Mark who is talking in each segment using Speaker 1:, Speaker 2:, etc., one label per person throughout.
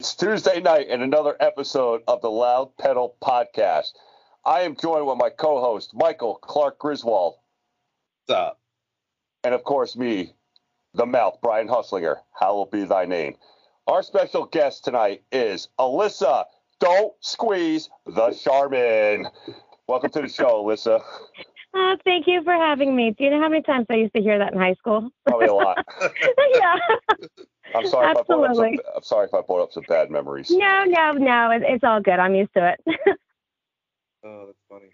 Speaker 1: It's Tuesday night and another episode of the Loud Pedal Podcast. I am joined with my co host, Michael Clark Griswold,
Speaker 2: What's up?
Speaker 1: and of course, me, the mouth, Brian Hustlinger. Hallowed be thy name. Our special guest tonight is Alyssa. Don't squeeze the Charmin. Welcome to the show, Alyssa.
Speaker 3: Oh, thank you for having me. Do you know how many times I used to hear that in high school?
Speaker 1: Probably a lot.
Speaker 3: yeah.
Speaker 1: I'm sorry if I brought up some,
Speaker 3: Absolutely.
Speaker 1: I'm sorry if I brought up some bad memories.
Speaker 3: No, no, no. It, it's all good. I'm used to it.
Speaker 2: Oh, that's funny.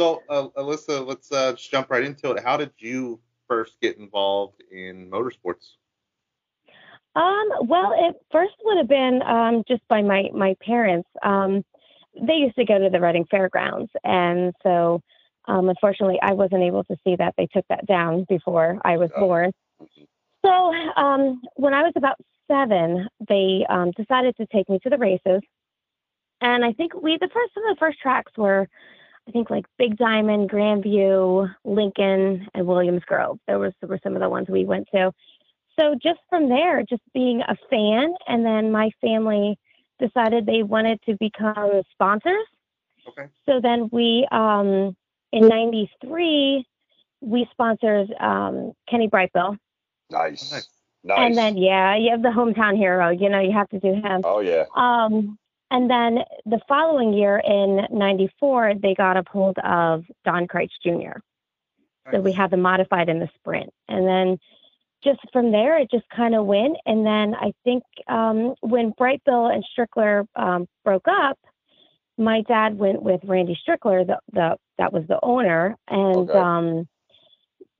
Speaker 2: So, uh, Alyssa, let's uh, just jump right into it. How did you first get involved in motorsports?
Speaker 3: Um, well, it first would have been um, just by my my parents. Um, they used to go to the Reading Fairgrounds, and so um, unfortunately, I wasn't able to see that. They took that down before I was
Speaker 2: Oh.
Speaker 3: born. So um, when I was about seven, they um, decided to take me to the races, and I think we the first some of the first tracks were. I think like Big Diamond, Grandview, Lincoln, and Williams Grove. Those were, were some of the ones we went to so just from there, just being a fan, and then my family decided they wanted to become sponsors.
Speaker 2: Okay.
Speaker 3: So then we, um, in '93, we sponsored um, Kenny Brightbill,
Speaker 1: Nice. Nice.
Speaker 3: and then yeah, you have the hometown hero. You know, you have to do him.
Speaker 1: oh, yeah.
Speaker 3: Um, and then the following year in '94, they got a hold of Don Kreitz Jr. So we had them modified in the sprint. And then just from there, it just kind of went. And then I think um, when Bright Bill and Strickler um, broke up, my dad went with Randy Strickler, the, the that was the owner, and
Speaker 1: Okay.
Speaker 3: um,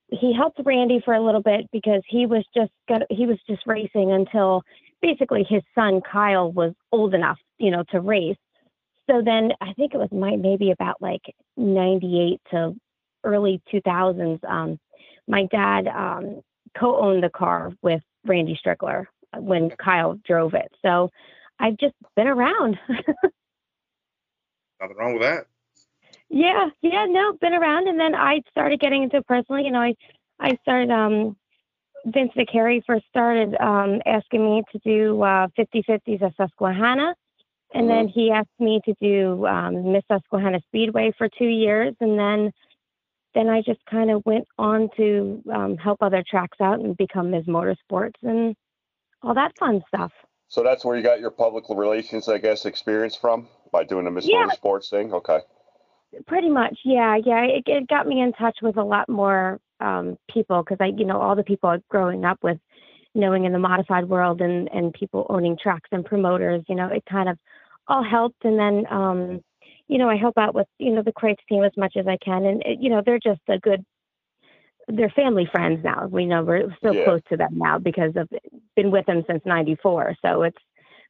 Speaker 3: he helped Randy for a little bit because he was just gonna, he was just racing until basically his son Kyle was old enough, you know, to race. So then I think it was my maybe about like 98 to early 2000s. Um, my dad um, co-owned the car with Randy Strickler when Kyle drove it. So I've just been around.
Speaker 2: Nothing wrong with that.
Speaker 3: yeah, yeah, no, been around. And then I started getting into it personally. You know, I, I started, um, Vince McCary first started um, asking me to do uh, 50-50s at Susquehanna. And then he asked me to do um, Miss Susquehanna Speedway for two years. And then then I just kind of went on to um, help other tracks out and become Ms. Motorsports and all that fun stuff.
Speaker 1: So that's where you got your public relations, I guess, experience from by doing the Miss
Speaker 3: Yeah.
Speaker 1: Motorsports thing. Okay.
Speaker 3: pretty much yeah yeah it, it got me in touch with a lot more um people because i you know all the people I- growing up with knowing in the modified world and and people owning tracks and promoters you know it kind of all helped and then um you know i help out with you know the crates team as much as i can and it, you know they're just a good they're family friends now we know we're so
Speaker 1: Yeah.
Speaker 3: close to them now because of been with them since 94 so it's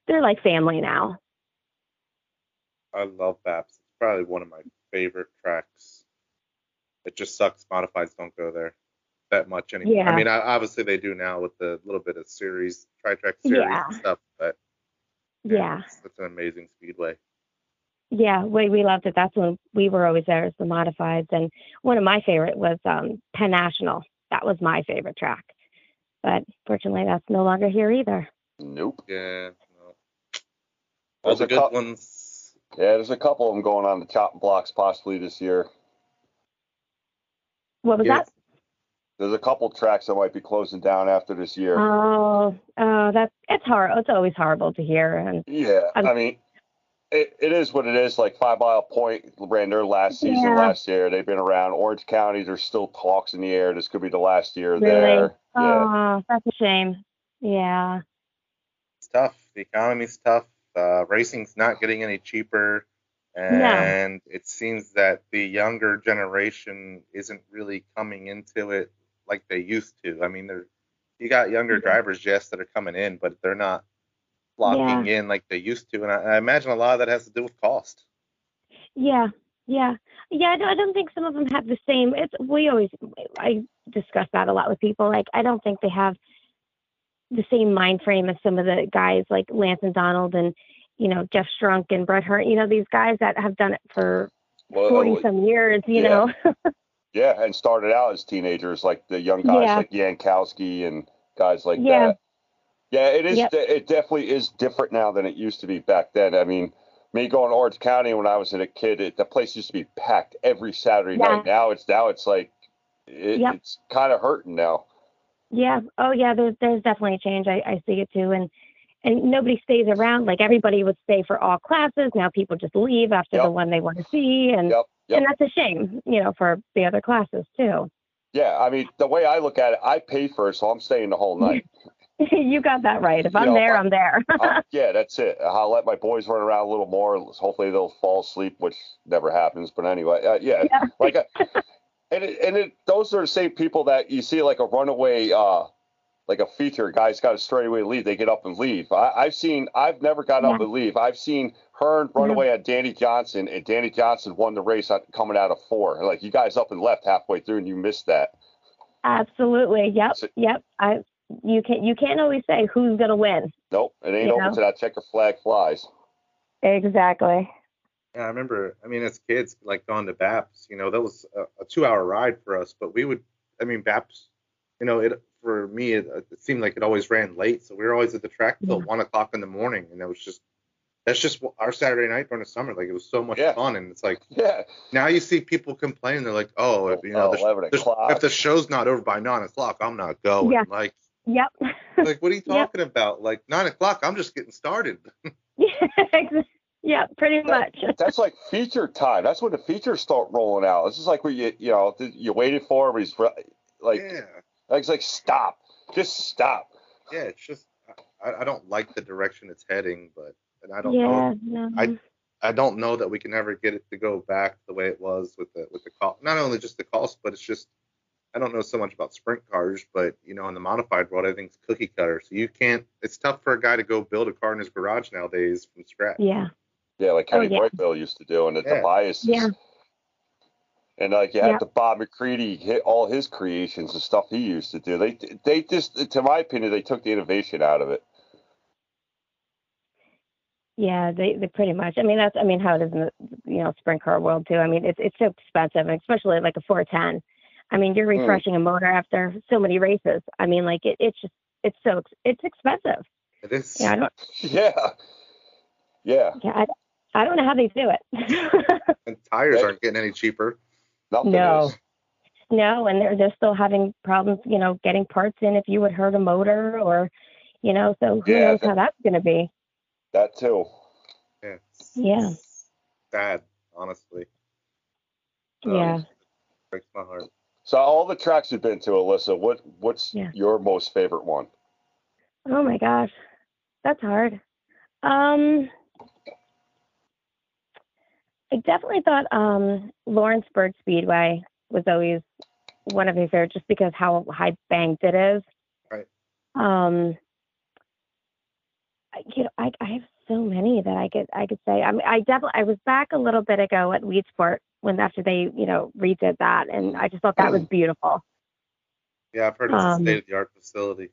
Speaker 3: they're like family now
Speaker 2: I love Baps. It's probably one of my favorite tracks. It just sucks modifieds don't go there that much anymore.
Speaker 3: Yeah.
Speaker 2: I mean, I, obviously they do now with the little bit of series, tri-track series
Speaker 3: Yeah.
Speaker 2: and stuff, but
Speaker 3: yeah.
Speaker 2: it's, it's an amazing speedway.
Speaker 3: Yeah, we we loved it. That's when we were always there as the modifieds. And one of my favorite was um, Penn National. That was my favorite track. But fortunately, that's no longer here either.
Speaker 1: Nope.
Speaker 2: Yeah. No. All
Speaker 1: There's
Speaker 2: the
Speaker 1: a
Speaker 2: good
Speaker 1: cou-
Speaker 2: ones.
Speaker 1: Yeah, there's a couple of them going on the chopping blocks possibly this year.
Speaker 3: What was
Speaker 2: Yeah.
Speaker 1: There's a couple tracks that might be closing down after this
Speaker 3: that?
Speaker 1: year.
Speaker 3: Oh, oh, that's it's horrible. It's always horrible to hear. And
Speaker 1: yeah,
Speaker 3: I'm-
Speaker 1: I mean, it, it is what it is. Like Five Mile Point ran their last season
Speaker 3: Yeah.
Speaker 1: last year. They've been around. Orange County, there's still talks in the air. This could be the last year
Speaker 3: Really?
Speaker 1: there. Yeah.
Speaker 3: oh, that's a shame. Yeah,
Speaker 2: it's tough. The economy's tough. Uh, racing's not getting any cheaper, and it seems that the younger generation isn't really coming into it like they used to. I mean, they're you got younger
Speaker 3: Yeah.
Speaker 2: drivers, yes, that are coming in, but they're not locking in like they used to. And I, I imagine a lot of that has to do with cost.
Speaker 3: yeah, yeah, yeah. I don't, I don't think some of them have the same. It's we always I discuss that a lot with people. Like I don't think they have the same mind frame as some of the guys like Lance and Donald and you know Jeff Strunk and Bret Hart. You know these guys that have done it for forty
Speaker 1: Well, oh,
Speaker 3: some years. You
Speaker 1: yeah.
Speaker 3: know.
Speaker 1: yeah, and started out as teenagers, like the young guys
Speaker 3: Yeah.
Speaker 1: like Yankowski and guys like
Speaker 3: Yeah.
Speaker 1: that. Yeah, it is.
Speaker 3: Yep.
Speaker 1: de- It definitely is different now than it used to be back then. I mean, me going to Orange County when I was a kid, it, the place used to be packed every Saturday
Speaker 3: Yeah.
Speaker 1: night. Now it's now it's like it,
Speaker 3: Yep.
Speaker 1: it's kind of hurting now.
Speaker 3: Yeah. Oh, yeah. There's there's definitely a change. I, I see it too, and and nobody stays around. Like everybody would stay for all classes. Now people just leave after the
Speaker 1: Yep.
Speaker 3: one they want to see, and
Speaker 1: Yep, yep.
Speaker 3: and that's a shame, you know, for the other classes too.
Speaker 1: Yeah, I mean, the way I look at it, I pay for it, so I'm staying the whole night.
Speaker 3: you got that right. If
Speaker 1: You
Speaker 3: I'm
Speaker 1: know,
Speaker 3: there,
Speaker 1: I-
Speaker 3: I'm there.
Speaker 1: Um, yeah, that's it. I'll let my boys run around a little more. Hopefully they'll fall asleep, which never happens. But anyway, uh, yeah,
Speaker 3: Yeah.
Speaker 1: like, uh, and it, and it, those are the same people that you see like a runaway, uh, like a feature guy's got a straightaway lead. They get up and leave. I, I've seen. I've never got up
Speaker 3: Yeah.
Speaker 1: and leave. I've seen Hearn run
Speaker 3: Yeah.
Speaker 1: away on Danny Johnson, and Danny Johnson won the race on, coming out of four. Like you guys up and left halfway through, and you missed that.
Speaker 3: Absolutely. Yep.
Speaker 1: So-
Speaker 3: Yep. I you can you can't always say who's gonna win.
Speaker 1: Nope, it ain't
Speaker 3: You
Speaker 1: open
Speaker 3: know?
Speaker 1: to that checker flag flies.
Speaker 3: Exactly.
Speaker 2: Yeah, I remember. I mean, as kids, like going to BAPS, you know, that was a, a two-hour ride for us. But we would, I mean, BAPS, you know, it for me, it, uh, it seemed like it always ran late, so we were always at the track till
Speaker 3: Yeah.
Speaker 2: one o'clock in the morning, and that was just, that's just what- our Saturday night during the summer. Like it was so much
Speaker 1: Yeah.
Speaker 2: fun, and it's like
Speaker 1: Yeah,
Speaker 2: now you see people complaining. They're like, oh, if, you know, the,
Speaker 1: eleven
Speaker 2: the-
Speaker 1: o'clock.
Speaker 2: if the show's not over by nine o'clock, I'm not going.
Speaker 3: Yeah.
Speaker 2: Like,
Speaker 3: Yep.
Speaker 2: like what are you
Speaker 3: Yep.
Speaker 2: talking about? Like nine o'clock, I'm just getting started.
Speaker 3: yeah, pretty much.
Speaker 1: That's like feature time. That's when the features start rolling out. It's just like what you you know th- you waited for. him, He's re- like
Speaker 2: yeah.
Speaker 1: like it's like stop, just stop.
Speaker 2: yeah, it's just I, I don't like the direction it's heading, but and I don't
Speaker 3: Yeah.
Speaker 2: know
Speaker 3: No.
Speaker 2: I- I don't know that we can ever get it to go back the way it was with the with the cost. Not only just the cost, but it's just I don't know so much about sprint cars, but you know, in the modified world, everything's cookie cutter. So you can't. It's tough for a guy to go build a car in his garage nowadays from scratch.
Speaker 3: yeah.
Speaker 1: Yeah, like Kenny
Speaker 3: Oh, yeah.
Speaker 1: Whitebill used to do, and the,
Speaker 2: Yeah.
Speaker 1: the biases.
Speaker 3: Yeah.
Speaker 1: And like you had
Speaker 3: Yeah.
Speaker 1: the Bob McCready hit all his creations and stuff he used to do. They they just, to my opinion, they took the innovation out of it.
Speaker 3: Yeah, they, they pretty much. I mean, that's I mean how it is in the you know sprint car world too. I mean, it's it's so expensive, and especially like a 410. I mean, you're
Speaker 2: Hmm.
Speaker 1: Mm.
Speaker 3: refreshing a motor after so many races. I mean, like it, it's just it's so ex- it's expensive.
Speaker 2: It is.
Speaker 3: Yeah, I don't
Speaker 1: Yeah, yeah.
Speaker 3: yeah I, I don't know how they do it.
Speaker 2: And tires
Speaker 1: Yeah.
Speaker 2: aren't getting any cheaper.
Speaker 1: Nothing
Speaker 3: No.
Speaker 1: is.
Speaker 3: no, and they're they're still having problems, you know, getting parts in if you would hurt a motor or, you know, so who
Speaker 1: Yeah,
Speaker 3: knows
Speaker 1: that-
Speaker 3: how that's gonna be.
Speaker 1: That too.
Speaker 2: Yeah. it's
Speaker 3: Yeah.
Speaker 2: Sad, honestly. Um,
Speaker 3: yeah.
Speaker 2: Breaks my heart.
Speaker 1: So all the tracks you've been to, Alyssa, what what's
Speaker 3: Yeah.
Speaker 1: your most favorite one?
Speaker 3: Oh my gosh, that's hard. Um, I definitely thought um, Lawrenceburg Speedway was always one of my favorites, just because how high banked it is.
Speaker 2: Right.
Speaker 3: Um, I- you know, I, I have so many that I could I could say. I mean, I definitely I was back a little bit ago at Weedsport when after they you know redid that, and I just thought that was beautiful.
Speaker 2: Yeah, I've heard it's a
Speaker 3: Um,
Speaker 2: state of the art facility.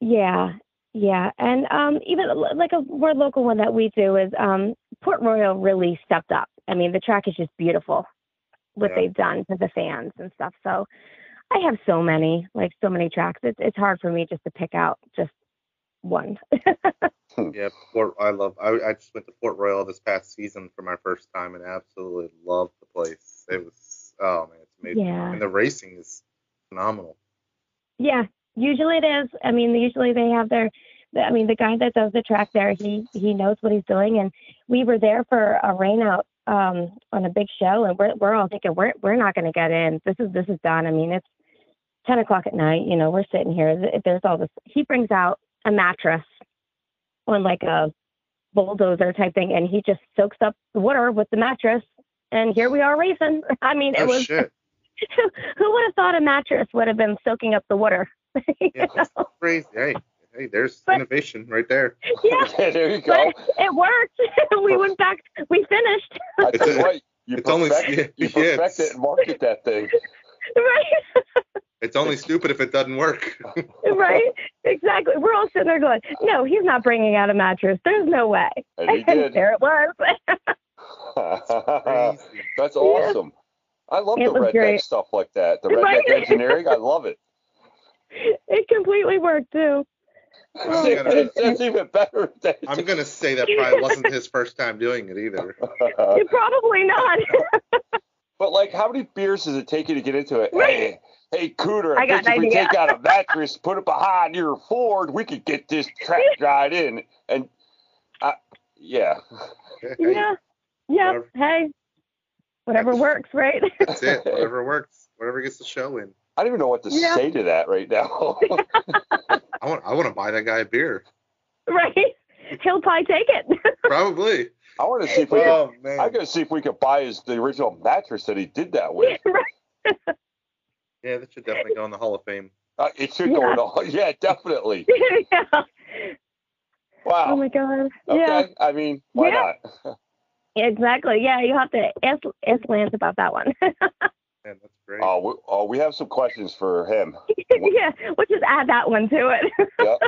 Speaker 3: Yeah, yeah, and um, even l- like a more local one that we do is um, Port Royal really stepped up. I mean, the track is just beautiful, what
Speaker 2: Yeah.
Speaker 3: they've done for the fans and stuff. So I have so many, like so many tracks. It's it's hard for me just to pick out just one.
Speaker 2: Yeah, Port. I love. I, I just went to Port Royal this past season for my first time and absolutely loved the place. It was oh man, it's amazing.
Speaker 3: Yeah,
Speaker 2: And the racing is phenomenal.
Speaker 3: yeah. Usually it is. I mean, usually they have their. I mean, the guy that does the track there, he he knows what he's doing, and we were there for a rainout um, on a big show, and we're we're all thinking we're we're not going to get in. This is this is done. I mean, it's ten o'clock at night. You know, we're sitting here. Th- There's all this. He brings out a mattress on like a bulldozer type thing, and he just soaks up the water with the mattress, and here we are racing. I mean,
Speaker 2: oh
Speaker 3: it was
Speaker 2: shit,
Speaker 3: who would have thought a mattress would have been soaking up the water? You
Speaker 2: yeah,
Speaker 3: know?
Speaker 2: that's crazy. Hey, hey, there's
Speaker 3: But-
Speaker 2: innovation right there.
Speaker 3: yeah,
Speaker 1: Yeah, there you go.
Speaker 3: but it worked. we went back. We finished.
Speaker 1: I tell you
Speaker 2: It's-
Speaker 1: what, you
Speaker 2: it's only-
Speaker 1: perfect, you
Speaker 2: yeah,
Speaker 1: perfect
Speaker 2: it's-
Speaker 1: it and market that thing.
Speaker 3: Right,
Speaker 2: It's only stupid if it doesn't work.
Speaker 3: right, exactly. We're all sitting there going, "No, he's not bringing out a mattress. There's no way."
Speaker 1: And he
Speaker 3: And
Speaker 1: did.
Speaker 3: there it was.
Speaker 1: That's
Speaker 2: Crazy.
Speaker 1: awesome. I love
Speaker 3: It
Speaker 1: the
Speaker 3: was
Speaker 1: redneck
Speaker 3: great.
Speaker 1: stuff like that. The redneck
Speaker 3: Right?
Speaker 1: engineering, I love it.
Speaker 3: it completely worked too.
Speaker 2: I'm gonna,
Speaker 1: That's even better. than-
Speaker 2: I'm gonna say that probably wasn't his first time doing it either.
Speaker 1: Uh,
Speaker 3: You're probably not.
Speaker 1: But like, how many beers does it take you to get into it?
Speaker 3: Right.
Speaker 1: Hey, hey, Cooter,
Speaker 3: I
Speaker 1: I
Speaker 3: got
Speaker 1: think if
Speaker 3: an
Speaker 1: we
Speaker 3: idea.
Speaker 1: take out a mattress, put it behind your Ford, we could get this track dried in. And I, yeah,
Speaker 3: yeah. Yeah.
Speaker 2: Whatever.
Speaker 3: Hey. Whatever works, right?
Speaker 2: That's it. Whatever works. Whatever gets the show in.
Speaker 1: I don't even know what to
Speaker 3: Yeah.
Speaker 1: say to that right now.
Speaker 2: I want. I want to buy that guy a beer.
Speaker 3: right? He'll probably take it.
Speaker 2: Probably.
Speaker 1: I want to see if we. Could,
Speaker 2: Oh man.
Speaker 1: I gotta see if we could buy his the original mattress that he did that with.
Speaker 3: Right.
Speaker 2: Yeah, that should definitely go in the Hall of Fame.
Speaker 1: Uh, it should go in. all- Yeah, definitely.
Speaker 3: yeah. Oh
Speaker 1: Wow.
Speaker 3: my god.
Speaker 1: okay.
Speaker 3: Yeah.
Speaker 1: I mean, why
Speaker 3: Yeah.
Speaker 1: not?
Speaker 3: Exactly. Yeah, you have to ask, ask Lance about that one.
Speaker 2: Man, that's great.
Speaker 1: Oh, we, oh, we have some questions for him.
Speaker 3: yeah, we'll just add that one to it.
Speaker 1: Yep.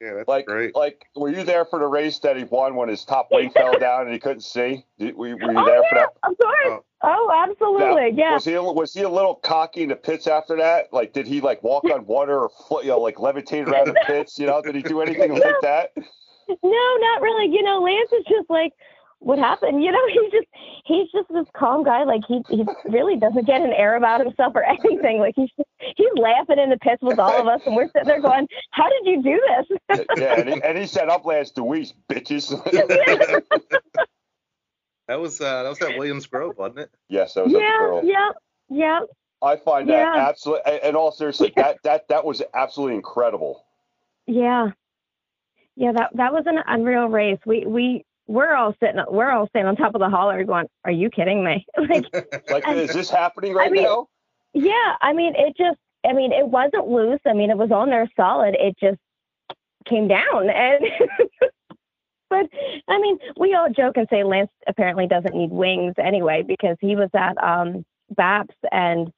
Speaker 2: yeah, that's
Speaker 1: Like, oh,
Speaker 2: great.
Speaker 1: like, were you there for the race that he won when his top wing fell down and he couldn't see? Did, were, you- were you
Speaker 3: oh
Speaker 1: there for
Speaker 3: yeah,
Speaker 1: that? Uh,
Speaker 3: of course.
Speaker 2: Oh.
Speaker 3: Oh, absolutely. Yeah.
Speaker 1: Was he a- was he a little cocky in the pits after that? Like, did he like walk on water or fl- you know, like levitate around the pits? You know, did he do anything like that?
Speaker 3: No, not really. You know, Lance is just like what happened. You know, he's just he's just this calm guy. Like he he really doesn't get an air about himself or anything. Like he's he's laughing in the pits with all of us, and we're sitting there going, "How did you do this?"
Speaker 1: Yeah, and he, and he said, "Up last Deweese, bitches."
Speaker 2: that was uh, that was at Williams Grove, wasn't it?
Speaker 1: yes, that was up the
Speaker 3: yeah,
Speaker 1: girl.
Speaker 3: yeah, yeah.
Speaker 1: I find that
Speaker 3: Yeah.
Speaker 1: absolutely, and all seriously, that that that was absolutely incredible.
Speaker 3: Yeah. Yeah, that that was an unreal race. We we we're all sitting we're all sitting on top of the holler going, Are you kidding me? Like
Speaker 1: Like,
Speaker 3: And-
Speaker 1: is this happening right
Speaker 3: mean-
Speaker 1: now?
Speaker 3: yeah, I mean it just I mean it wasn't loose. I mean it was on there solid. It just came down and but I mean we all joke and say Lance apparently doesn't need wings anyway because he was at um BAPS and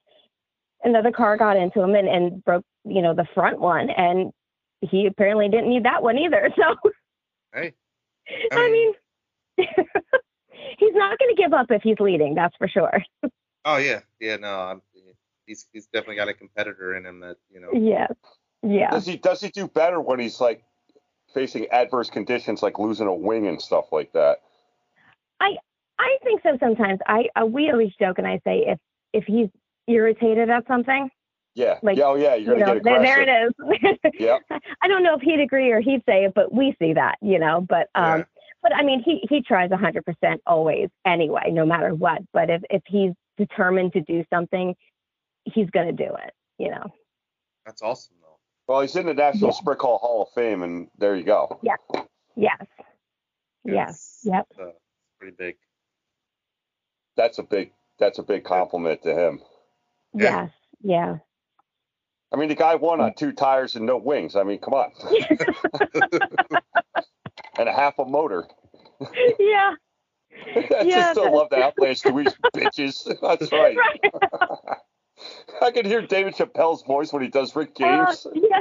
Speaker 3: another car got into him and, and broke, you know, the front one and he apparently didn't need that one either. So
Speaker 2: Hey.
Speaker 3: I mean, he's not going to give up if he's leading, that's for sure.
Speaker 2: Oh yeah, yeah. No, I'm, he's he's definitely got a competitor in him that you know.
Speaker 3: Yeah. Yeah.
Speaker 1: Does he does he do better when he's like facing adverse conditions like losing a wing and stuff like that?
Speaker 3: I think so sometimes. I uh, we always joke and I say if if he's irritated at something,
Speaker 1: Yeah.
Speaker 3: Like,
Speaker 1: yeah, oh yeah, you're
Speaker 3: you
Speaker 1: gonna
Speaker 3: know,
Speaker 1: get
Speaker 3: there,
Speaker 1: aggressive.
Speaker 3: there it is.
Speaker 1: Yep.
Speaker 3: I don't know if he'd agree or he'd say it, but we see that, you know, but um
Speaker 2: Yeah.
Speaker 3: but I mean, he he tries 100% always anyway, no matter what, but if if he's determined to do something, he's going to do it, you know.
Speaker 2: That's awesome though.
Speaker 1: Well, he's in the National
Speaker 3: Yeah.
Speaker 1: Sprint Hall Hall of Fame, and there you go.
Speaker 3: Yes. Yes.
Speaker 2: Yeah.
Speaker 3: Yep.
Speaker 2: it's, uh, pretty big.
Speaker 1: That's a big that's a big compliment to him.
Speaker 2: Yeah.
Speaker 3: Yes. Yeah.
Speaker 1: I mean, the guy won on two tires and no wings. I mean, come on, and a half a motor.
Speaker 3: yeah.
Speaker 1: I
Speaker 3: Yeah,
Speaker 1: just still love that Outlands to each bitches. That's right. I can hear David Chappelle's voice when he does Rick James.
Speaker 3: Uh, yeah.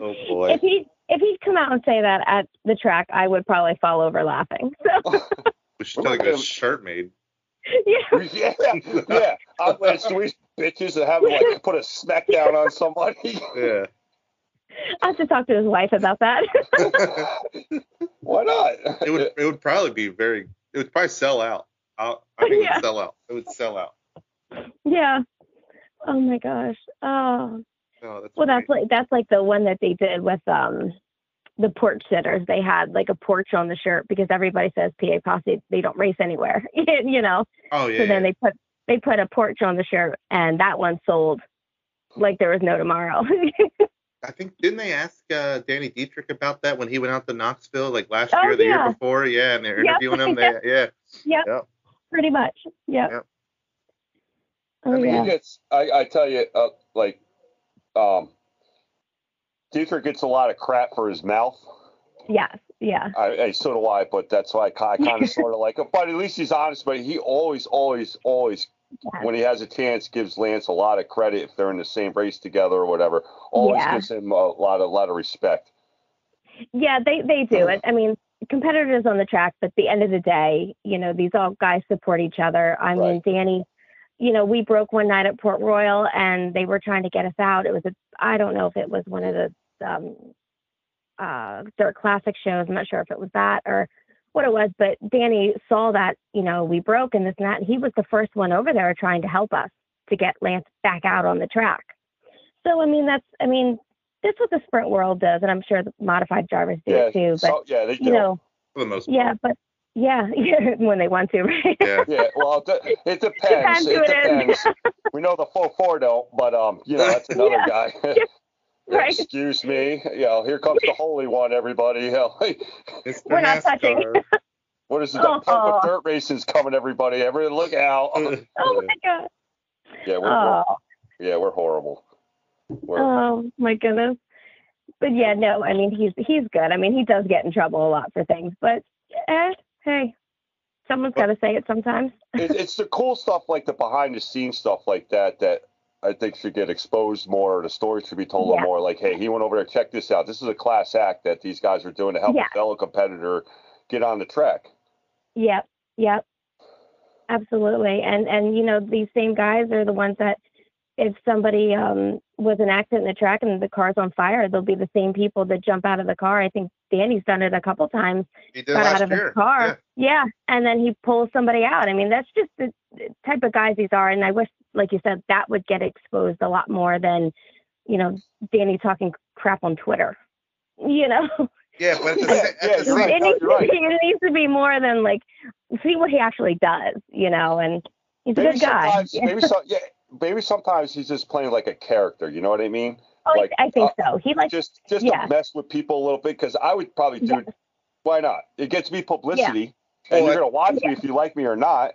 Speaker 2: Oh boy.
Speaker 3: If he if he'd come out and say that at the track, I would probably fall over laughing. So
Speaker 2: We should totally get a shirt made.
Speaker 3: yeah,
Speaker 1: yeah, yeah. Outlands to each bitches and have him like put a smack down on somebody.
Speaker 2: Yeah.
Speaker 3: I have to talk to his wife about that.
Speaker 2: it
Speaker 1: Why not?
Speaker 2: would it would probably be very. It would probably sell out. I, I think it
Speaker 3: Yeah.
Speaker 2: would sell out. It would sell out.
Speaker 3: yeah. Oh my gosh. Oh.
Speaker 2: No, that's
Speaker 3: Well, that's
Speaker 2: great.
Speaker 3: like that's like the one that they did with um the porch sitters. They had like a porch on the shirt because everybody says PA posse. They don't race anywhere, you know.
Speaker 2: Oh yeah.
Speaker 3: So then
Speaker 2: yeah.
Speaker 3: they put they put a porch on the shirt, and that one sold like there was no tomorrow.
Speaker 2: I think didn't they ask uh, Danny Dietrich about that when he went out to Knoxville like last
Speaker 3: Oh,
Speaker 2: year or the
Speaker 3: yeah.
Speaker 2: year before? Yeah, and they're
Speaker 3: Yep.
Speaker 2: interviewing him. They, yeah.
Speaker 3: Pretty much. Yeah.
Speaker 2: Yep.
Speaker 3: Oh
Speaker 2: I mean,
Speaker 1: He
Speaker 3: yeah.
Speaker 1: gets, I, I tell you, uh, like, um, Dietrich gets a lot of crap for his mouth.
Speaker 3: Yes. Yeah.
Speaker 1: I, I so do I, but that's why I, kind of sort of like him. But at least he's honest. But he always, always, always,
Speaker 3: Yeah.
Speaker 1: when he has a chance, gives Lance a lot of credit if they're in the same race together or whatever. Always
Speaker 3: Yeah.
Speaker 1: gives him a lot of, lot of respect.
Speaker 3: Yeah. They they
Speaker 2: Oh.
Speaker 3: do it. I mean, competitors on the track, but at the end of the day, you know, these all guys support each other. I mean,
Speaker 1: Right.
Speaker 3: Danny, you know, we broke one night at Port Royal, and they were trying to get us out. It was a I don't know if it was one of the um, uh, their classic shows. I'm not sure if it was that or what it was, but Danny saw that, you know, we broke and this and that. And he was the first one over there trying to help us to get Lance back out on the track. So, I mean, that's, I mean, that's what the sprint world does. And I'm sure the modified drivers do
Speaker 1: yeah,
Speaker 3: it too. But,
Speaker 1: so- yeah, they do.
Speaker 3: you know,
Speaker 2: for the most
Speaker 3: yeah, but yeah, yeah, when they want to, right?
Speaker 2: part.
Speaker 1: Yeah, well, it de- it depends.
Speaker 3: Depends who
Speaker 1: It
Speaker 3: it is.
Speaker 1: depends. We know the full four don't, but um, you know that's another
Speaker 3: Yeah.
Speaker 1: guy.
Speaker 3: right.
Speaker 1: Excuse me. You know, here comes the holy one, everybody. You know,
Speaker 2: Yeah, Mr.
Speaker 3: We're not touching.
Speaker 2: NASCAR.
Speaker 1: what is it? The pump
Speaker 3: Oh.
Speaker 1: of dirt racing's coming, everybody. Everybody, look out.
Speaker 3: Oh my God.
Speaker 1: yeah, we're,
Speaker 3: Oh.
Speaker 1: we're yeah, we're horrible. We're,
Speaker 3: Oh my goodness. But yeah, no, I mean he's he's good. I mean he does get in trouble a lot for things, but eh, hey, someone's got to say it sometimes.
Speaker 1: it, it's the cool stuff, like the behind the scenes stuff, like that, that I think should get exposed more. The story should be told a little
Speaker 3: Yeah.
Speaker 1: more. Like, hey, he went over there. Check this out. This is a class act that these guys are doing to help
Speaker 3: Yeah.
Speaker 1: a fellow competitor get on the track.
Speaker 3: Yep, yep, absolutely. And and you know these same guys are the ones that if somebody um was an accident in the track and the car's on fire, they'll be the same people that jump out of the car. I think Danny's done it a couple times.
Speaker 2: He did
Speaker 3: got
Speaker 2: last
Speaker 3: out of
Speaker 2: year.
Speaker 3: his car. Yeah. and then he pulls somebody out. I mean, that's just the the type of guys these are. And I wish, like you said, that would get exposed a lot more than, you know, Danny talking crap on Twitter. You know,
Speaker 2: Yeah, yeah but at the,
Speaker 1: Yeah,
Speaker 2: sa-
Speaker 1: yeah,
Speaker 2: at the
Speaker 1: you're right. no,
Speaker 3: it, needs to
Speaker 2: same
Speaker 1: you're right.
Speaker 3: be, it needs to be more than like see what he actually does. You know, and he's a
Speaker 1: Maybe
Speaker 3: good guy.
Speaker 1: sometimes, maybe so, yeah, maybe sometimes he's just playing like a character. You know what I mean?
Speaker 3: Oh, I-
Speaker 1: like, uh,
Speaker 3: I think so. He likes
Speaker 1: Just just
Speaker 3: yeah.
Speaker 1: to mess with people a little bit because I would probably do. Why not? It gets me publicity, and
Speaker 2: Well,
Speaker 1: you're gonna watch
Speaker 3: Yeah.
Speaker 1: me if you like me or not.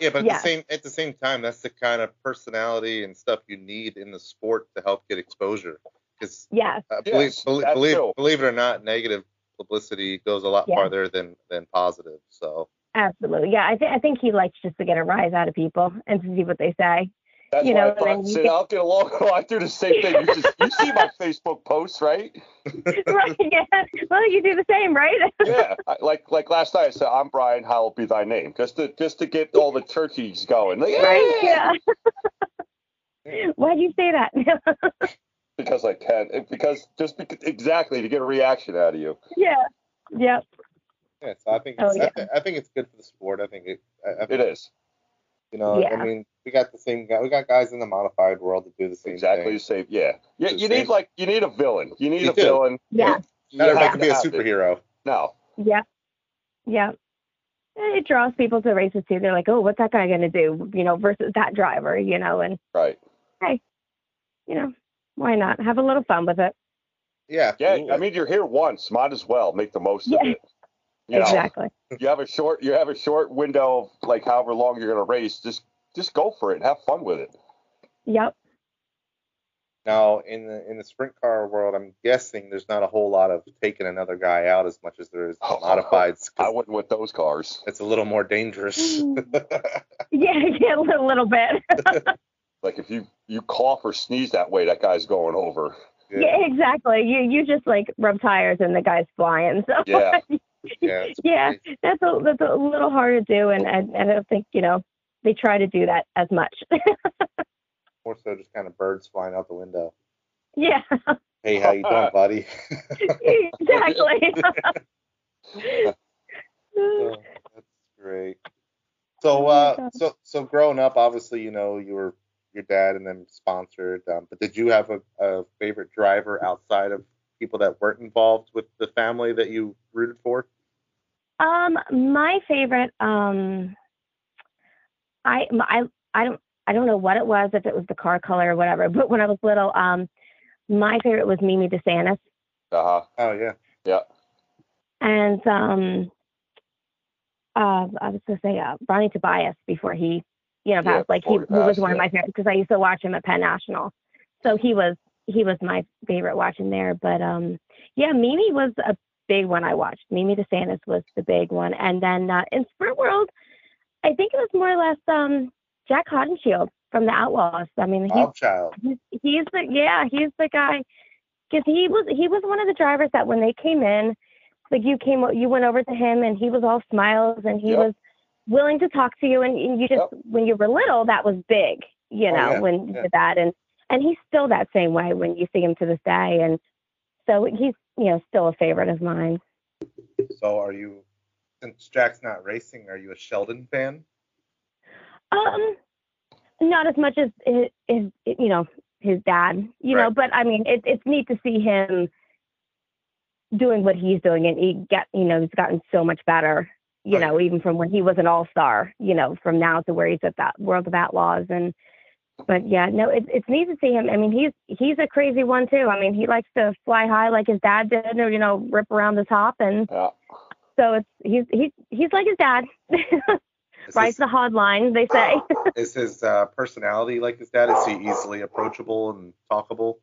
Speaker 2: Yeah, but at
Speaker 3: Yeah.
Speaker 2: the same at the same time, that's the kind of personality and stuff you need in the sport to help get exposure. Because
Speaker 3: yeah,
Speaker 2: uh,
Speaker 1: Yes,
Speaker 2: believe
Speaker 1: that
Speaker 2: believe,
Speaker 1: too.
Speaker 2: believe it or not, negative publicity goes a lot
Speaker 3: Yeah.
Speaker 2: farther than than positive. So
Speaker 3: absolutely. Yeah, I think I think he likes just to get a rise out of people and to see what they say.
Speaker 1: That's
Speaker 3: You
Speaker 1: why
Speaker 3: know,
Speaker 1: I
Speaker 3: and
Speaker 1: thought,
Speaker 3: then you
Speaker 1: said,
Speaker 3: get-
Speaker 1: I'll get along. I do the same thing. You just you see my Facebook posts, right?
Speaker 3: right? Yeah. Well, you do the same, right?
Speaker 1: Yeah, I, like like last night I said, I'm Brian. Hallowed be thy name. Just to just to get all the churchies going. Like,
Speaker 3: Right?
Speaker 1: "Yeah,"
Speaker 3: Yeah. Why'd you say that?
Speaker 1: Because I can. It- Because just because, exactly to get a reaction out of you.
Speaker 3: yeah. Yep.
Speaker 2: yeah, so I think
Speaker 3: Oh,
Speaker 2: it's,
Speaker 3: yeah.
Speaker 2: I, th- I think it's good for the sport. I think it, I, I,
Speaker 1: It is
Speaker 2: you know,
Speaker 3: Yeah.
Speaker 2: I mean, we got the same guy. We got guys in the modified world that do the same
Speaker 1: exactly the
Speaker 2: thing.
Speaker 1: same. Yeah. Yeah. You
Speaker 2: Same.
Speaker 1: need like you need a villain. You need
Speaker 2: You
Speaker 1: a
Speaker 2: do.
Speaker 1: villain.
Speaker 3: Yeah.
Speaker 1: You
Speaker 2: Not everybody
Speaker 1: have
Speaker 2: could
Speaker 1: to
Speaker 2: be a
Speaker 1: have it.
Speaker 2: superhero.
Speaker 1: No.
Speaker 3: Yep. Yep. And It draws people to races too. They're like, oh, what's that guy going to do? You know, versus that driver, you know, and,
Speaker 1: Right.
Speaker 3: you know, why not? Have a little fun with it.
Speaker 2: Yeah,
Speaker 1: Yeah. I
Speaker 2: absolutely.
Speaker 1: mean, you're here once. Might as well make the most of
Speaker 3: Yeah.
Speaker 1: it. You know,
Speaker 3: exactly.
Speaker 1: you have a short you have a short window of like however long you're gonna race. Just just go for it. and Have fun with it.
Speaker 3: Yep.
Speaker 2: Now in the in the sprint car world, I'm guessing there's not a whole lot of taking another guy out as much as there is
Speaker 1: Oh,
Speaker 2: modifieds. 'cause
Speaker 1: I wouldn't with those cars.
Speaker 2: it's a little more dangerous.
Speaker 3: yeah, yeah, a little, little bit.
Speaker 1: Like if you you cough or sneeze that way, that guy's going over.
Speaker 3: yeah, exactly. You you just like rub tires and the guy's flying. So
Speaker 1: Yeah.
Speaker 2: yeah, it's
Speaker 3: yeah,
Speaker 2: pretty-
Speaker 3: that's a that's a little harder to do, and I, I don't think you know they try to do that as much.
Speaker 2: more so just kind of birds flying out the window.
Speaker 3: yeah,
Speaker 2: Hey, how you doing, buddy?
Speaker 3: exactly.
Speaker 2: Oh, That's great.
Speaker 3: Oh
Speaker 2: So, uh, so, so growing up, obviously, you know, you were your dad and then sponsored. Um, but did you have a, a favorite driver outside of people that weren't involved with the family that you rooted for?
Speaker 3: um, my favorite. Um, I m- I I don't I don't know what it was if it was the car color or whatever. But when I was little, um, my favorite was Mimi DeSantis,
Speaker 1: Uh huh.
Speaker 2: Oh yeah.
Speaker 1: Yeah.
Speaker 3: and um, uh, I was gonna say uh, Ronnie Tobias before he you know
Speaker 1: Yeah,
Speaker 3: passed. like he,
Speaker 1: before he
Speaker 3: he was
Speaker 1: passed,
Speaker 3: one of
Speaker 1: yeah.
Speaker 3: my favorites because I used to watch him at Penn National. So he was he was my favorite watching there. But um, yeah, Mimi was a big one I watched. Mimi DeSantis was the big one, and then uh, in Sprint World, I think it was more or less um, Jack Hottenshield from the Outlaws. I mean, he
Speaker 2: Bob Child.
Speaker 3: he's he's the yeah he's the guy because he was he was one of the drivers that when they came in like you came o- you went over to him and he was all smiles and he
Speaker 1: Yep.
Speaker 3: was willing to talk to you and, and you just when you were little that was big you
Speaker 2: Oh,
Speaker 3: know
Speaker 2: yeah,
Speaker 3: when you
Speaker 2: yeah.
Speaker 3: did that and and he's still that same way when you see him to this day and So he's you know still a favorite of mine.
Speaker 2: So are you? Since Jack's not racing, are you a Sheldon fan?
Speaker 3: Um, not as much as his, his you know his dad, you
Speaker 2: Right.
Speaker 3: know, but I mean it's it's neat to see him doing what he's doing, and he get you know he's gotten so much better, you
Speaker 2: Oh,
Speaker 3: know, even from when he was an all star, you know, from now to where he's at that World of Outlaws and. But yeah, no, it, it's neat to see him. I mean, he's he's a crazy one too. I mean, he likes to fly high like his dad did, or you know, rip around the top, and
Speaker 1: Yeah.
Speaker 3: so it's he's he's he's like his dad,
Speaker 2: Is
Speaker 3: rides
Speaker 2: his,
Speaker 3: the hard line, they say.
Speaker 2: is his uh, personality like his dad? Is he easily approachable and talkable?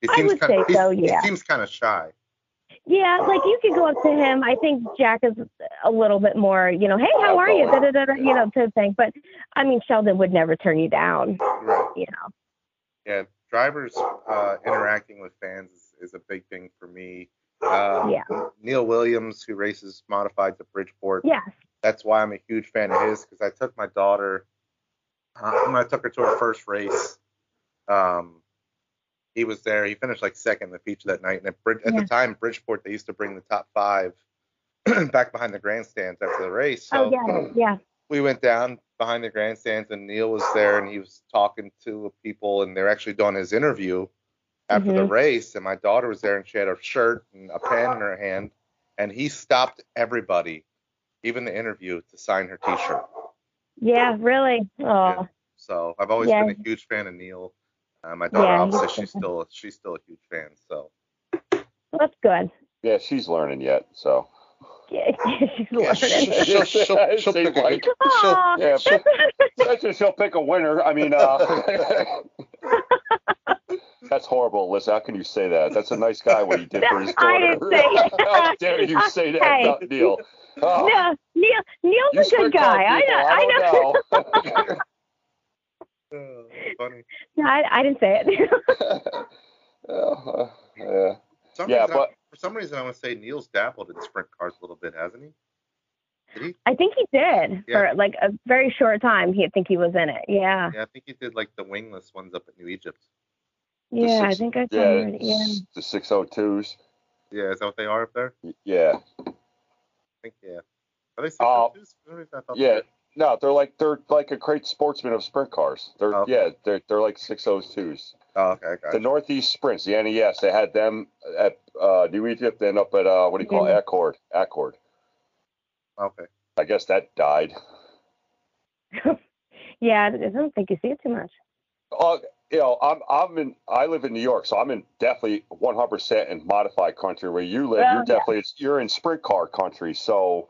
Speaker 2: He
Speaker 3: I would
Speaker 2: kinda,
Speaker 3: say so,
Speaker 2: he's-
Speaker 3: yeah.
Speaker 2: He seems kind of shy.
Speaker 3: Yeah, like you could go up to him. I think Jack is a little bit more, you know, hey, how are you? Da, da, da, da, you know, type thing. But I mean, Sheldon would never turn you down.
Speaker 2: Right.
Speaker 3: You
Speaker 2: Yeah, drivers uh, interacting with fans is, is a big thing for me. Uh,
Speaker 3: Yeah.
Speaker 2: Neil Williams, who races modified to Bridgeport,
Speaker 3: Yes.
Speaker 2: that's why I'm a huge fan of his because I took my daughter uh, when I took her to her first race. Um, he was there. He finished like second in the feature that night. And at, Brid- at
Speaker 3: Yeah.
Speaker 2: the time, Bridgeport, they used to bring the top five back behind the grandstands after the race. So
Speaker 3: oh yeah, yeah.
Speaker 2: we went down behind the grandstands and Neil was there and he was talking to people and they're actually doing his interview after the
Speaker 3: Mm-hmm.
Speaker 2: race and my daughter was there and she had her shirt and a pen in her hand and he stopped everybody even the interview to sign her t-shirt
Speaker 3: Yeah, really. Oh.
Speaker 2: so i've always
Speaker 3: Yeah.
Speaker 2: been a huge fan of neil uh, my daughter
Speaker 3: Yeah,
Speaker 2: obviously
Speaker 3: he's
Speaker 2: she's still she's still a huge fan so
Speaker 3: That's good.
Speaker 1: Yeah, she's learning yet, so.
Speaker 3: Yeah, she's
Speaker 2: Yeah,
Speaker 3: learning.
Speaker 2: she- She'll- she'll- she'll
Speaker 1: Seems
Speaker 2: pick a-
Speaker 1: like-
Speaker 3: Aw,
Speaker 1: yeah,
Speaker 2: uh,
Speaker 3: that's it.
Speaker 1: Especially she'll pick a winner. I mean, uh, that's horrible, Alyssa. How can you say that? That's a nice guy what he did for his daughter.
Speaker 3: I didn't say that.
Speaker 1: How dare you say that
Speaker 3: Hey.
Speaker 1: about Neil? Oh,
Speaker 3: no, Neil
Speaker 1: you
Speaker 3: Neil's a
Speaker 1: spread
Speaker 3: good guy. I
Speaker 1: people.
Speaker 3: know I know
Speaker 1: don't
Speaker 2: Oh, funny
Speaker 3: No, I, I didn't say it.
Speaker 1: know. Yeah, uh, yeah.
Speaker 2: some
Speaker 1: Yeah,
Speaker 2: reason I-
Speaker 1: but-
Speaker 2: for some reason i want to say neil's dabbled in sprint cars a little bit hasn't he did he
Speaker 3: I think he did
Speaker 2: Yeah.
Speaker 3: for like a very short time. He I think he was in it. Yeah.
Speaker 2: Yeah, I think he did like the wingless ones up at New Egypt.
Speaker 1: The
Speaker 3: Yeah, I
Speaker 1: six-
Speaker 3: think I saw
Speaker 1: yeah,
Speaker 3: it. Yeah.
Speaker 1: s- The 602s.
Speaker 2: Yeah, is that what they are up there? I
Speaker 1: Y- Yeah.
Speaker 2: think yeah. Are they
Speaker 1: Uh,
Speaker 2: 602s? For some reason I thought they
Speaker 1: yeah.
Speaker 2: were-
Speaker 1: No, they're like they're like a great sportsman of sprint cars. They're
Speaker 2: Okay.
Speaker 1: yeah, they're they're like 602s.
Speaker 2: Oh, okay, I got
Speaker 1: the
Speaker 2: it.
Speaker 1: Northeast Sprints, the NES. They had them at uh, New Egypt, then up at uh, what do you call it?
Speaker 3: Yeah.
Speaker 1: Accord? Accord.
Speaker 2: Oh, Okay.
Speaker 1: I guess that died.
Speaker 3: Yeah, I don't think you see it too much.
Speaker 1: Uh, you know, I'm I'm in I live in New York, so I'm in definitely 100% in modified country where you live.
Speaker 3: Well,
Speaker 1: you're
Speaker 3: yeah.
Speaker 1: definitely it's, you're in sprint car country, so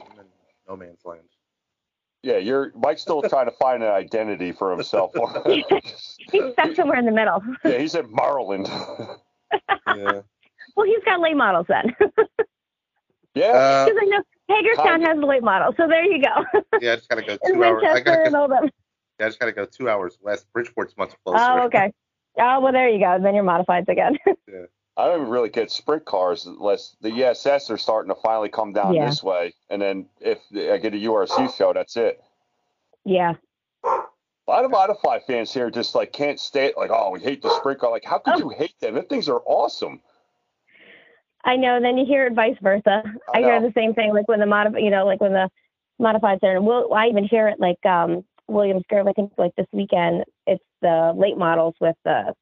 Speaker 2: I'm in no man's land.
Speaker 1: yeah, you're Mike's still trying to find an identity for himself.
Speaker 3: He's stuck somewhere in the middle.
Speaker 1: yeah, he's in Maryland.
Speaker 2: Yeah.
Speaker 3: Well, he's got late models then.
Speaker 1: yeah,
Speaker 2: Uh,
Speaker 3: Because I know Hagerstown
Speaker 1: Tiger.
Speaker 3: has a late model. So there you go.
Speaker 2: yeah, I just gotta go
Speaker 3: in
Speaker 2: two hours. I
Speaker 3: Winchester
Speaker 2: gotta
Speaker 3: and
Speaker 2: go,
Speaker 3: all them.
Speaker 2: yeah, I just gotta go two hours west. Bridgeport's much closer.
Speaker 3: Oh, okay. Oh, well, there you go. Then you're modifieds again.
Speaker 1: I don't even really get sprint cars unless the ESS are starting to finally come down
Speaker 3: Yeah.
Speaker 1: this way, and then if I get a URC show, that's it.
Speaker 3: yeah.
Speaker 1: A lot of modified fans here just like can't stay like, oh, we hate the sprint car. Like, how could
Speaker 3: Oh.
Speaker 1: you hate them? Them things are awesome.
Speaker 3: I know. Then you hear it vice versa.
Speaker 1: I
Speaker 3: I, hear
Speaker 1: know.
Speaker 3: the same thing. Like when the modif- you know, like when the modifieds are, and will I even hear it like um Williams Grove. I think like this weekend, it's the late models with the,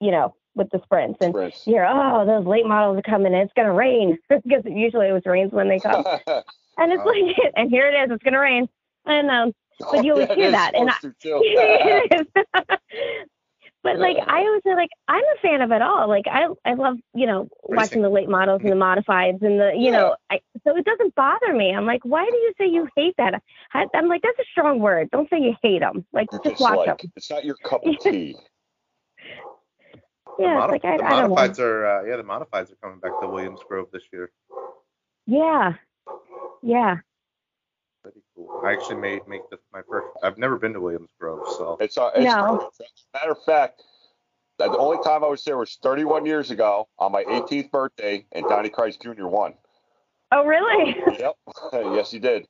Speaker 3: you know, with the sprints and
Speaker 1: Sprints.
Speaker 3: you hear, oh, those late models are coming. It's gonna rain because it usually always rains when they come. And it's
Speaker 2: Wow.
Speaker 3: like, and here it is. It's gonna rain. And um, But you always
Speaker 1: Yeah, it
Speaker 3: hear
Speaker 1: is
Speaker 3: that, and I-
Speaker 1: supposed to, too.
Speaker 3: it is. but like I always say, like I'm a fan of it all. Like I I love you know watching the late models and the modifieds and the you know I, so it doesn't bother me. I'm like, why do you say you hate that? I, I'm like, that's a strong word. Don't say you hate them. Like
Speaker 1: It's
Speaker 3: just
Speaker 1: just
Speaker 3: watch
Speaker 1: like
Speaker 3: them.
Speaker 1: it's not your cup of tea.
Speaker 2: The,
Speaker 3: Yeah,
Speaker 2: modif-
Speaker 3: it's like I,
Speaker 2: the
Speaker 3: I don't know.
Speaker 2: modifieds are uh, yeah, the modifieds are coming back to Williams Grove this year.
Speaker 3: Yeah, yeah.
Speaker 2: Pretty cool. I actually made make the my first. I've never been to Williams Grove, so
Speaker 1: It's, uh, it's
Speaker 3: No.
Speaker 1: matter of fact, the only time I was there was 31 years ago on my 18th birthday, and Donnie Christ Jr. won.
Speaker 3: Oh really?
Speaker 1: Yep. yes, he did.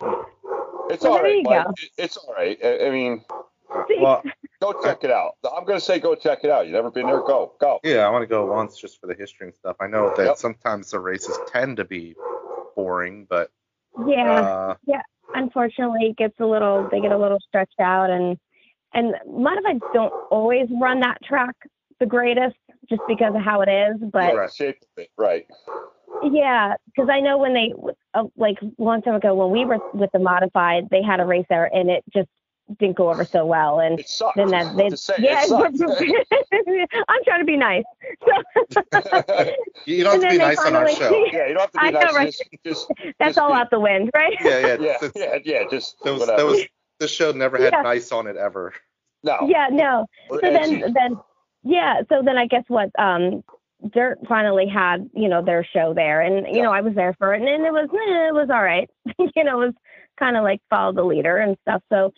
Speaker 1: It's
Speaker 3: Well,
Speaker 1: all
Speaker 3: there
Speaker 1: right.
Speaker 3: you
Speaker 1: Mike.
Speaker 3: go.
Speaker 1: It- It's all right. I, I mean,
Speaker 2: Well,
Speaker 1: Go check it out. I'm gonna say go check it out. You've never been there? Go, go.
Speaker 2: yeah, I want to go once just for the history and stuff. I know that
Speaker 1: Yep.
Speaker 2: sometimes the races tend to be boring, but
Speaker 3: yeah.
Speaker 2: uh,
Speaker 3: unfortunately it gets a little they get a little stretched out and and a lot of us don't always run that track the greatest just because of how it is but
Speaker 1: Yeah, the shape of it. Right.
Speaker 3: yeah because i know when they uh, like a long time ago when we were with the modified they had a race there and it just didn't go over so well and
Speaker 1: It sucks.
Speaker 3: then that they
Speaker 1: to say,
Speaker 3: yeah
Speaker 1: it sucks.
Speaker 3: i'm trying to be nice
Speaker 2: you don't have
Speaker 3: And
Speaker 2: to
Speaker 3: then
Speaker 2: be
Speaker 3: they
Speaker 2: nice on our show.
Speaker 3: finally-
Speaker 1: yeah, you don't have to be
Speaker 3: I know,
Speaker 1: nice.
Speaker 3: right?
Speaker 1: Just, just,
Speaker 3: that's
Speaker 1: Just
Speaker 3: all
Speaker 1: be-
Speaker 3: out the wind right
Speaker 2: Yeah, yeah.
Speaker 1: yeah,
Speaker 2: it's- it's-
Speaker 1: yeah, yeah, just
Speaker 2: Those,
Speaker 1: whatever.
Speaker 2: those, the show never had
Speaker 3: Yeah.
Speaker 2: nice on it ever.
Speaker 1: no.
Speaker 3: yeah no
Speaker 1: we're
Speaker 3: so
Speaker 1: edgy.
Speaker 3: then then yeah so then i guess what um dirt finally had you know their show there and you
Speaker 1: Yeah.
Speaker 3: know i was there for it and, it was eh, it was all right you know it was kind of like follow the leader and stuff so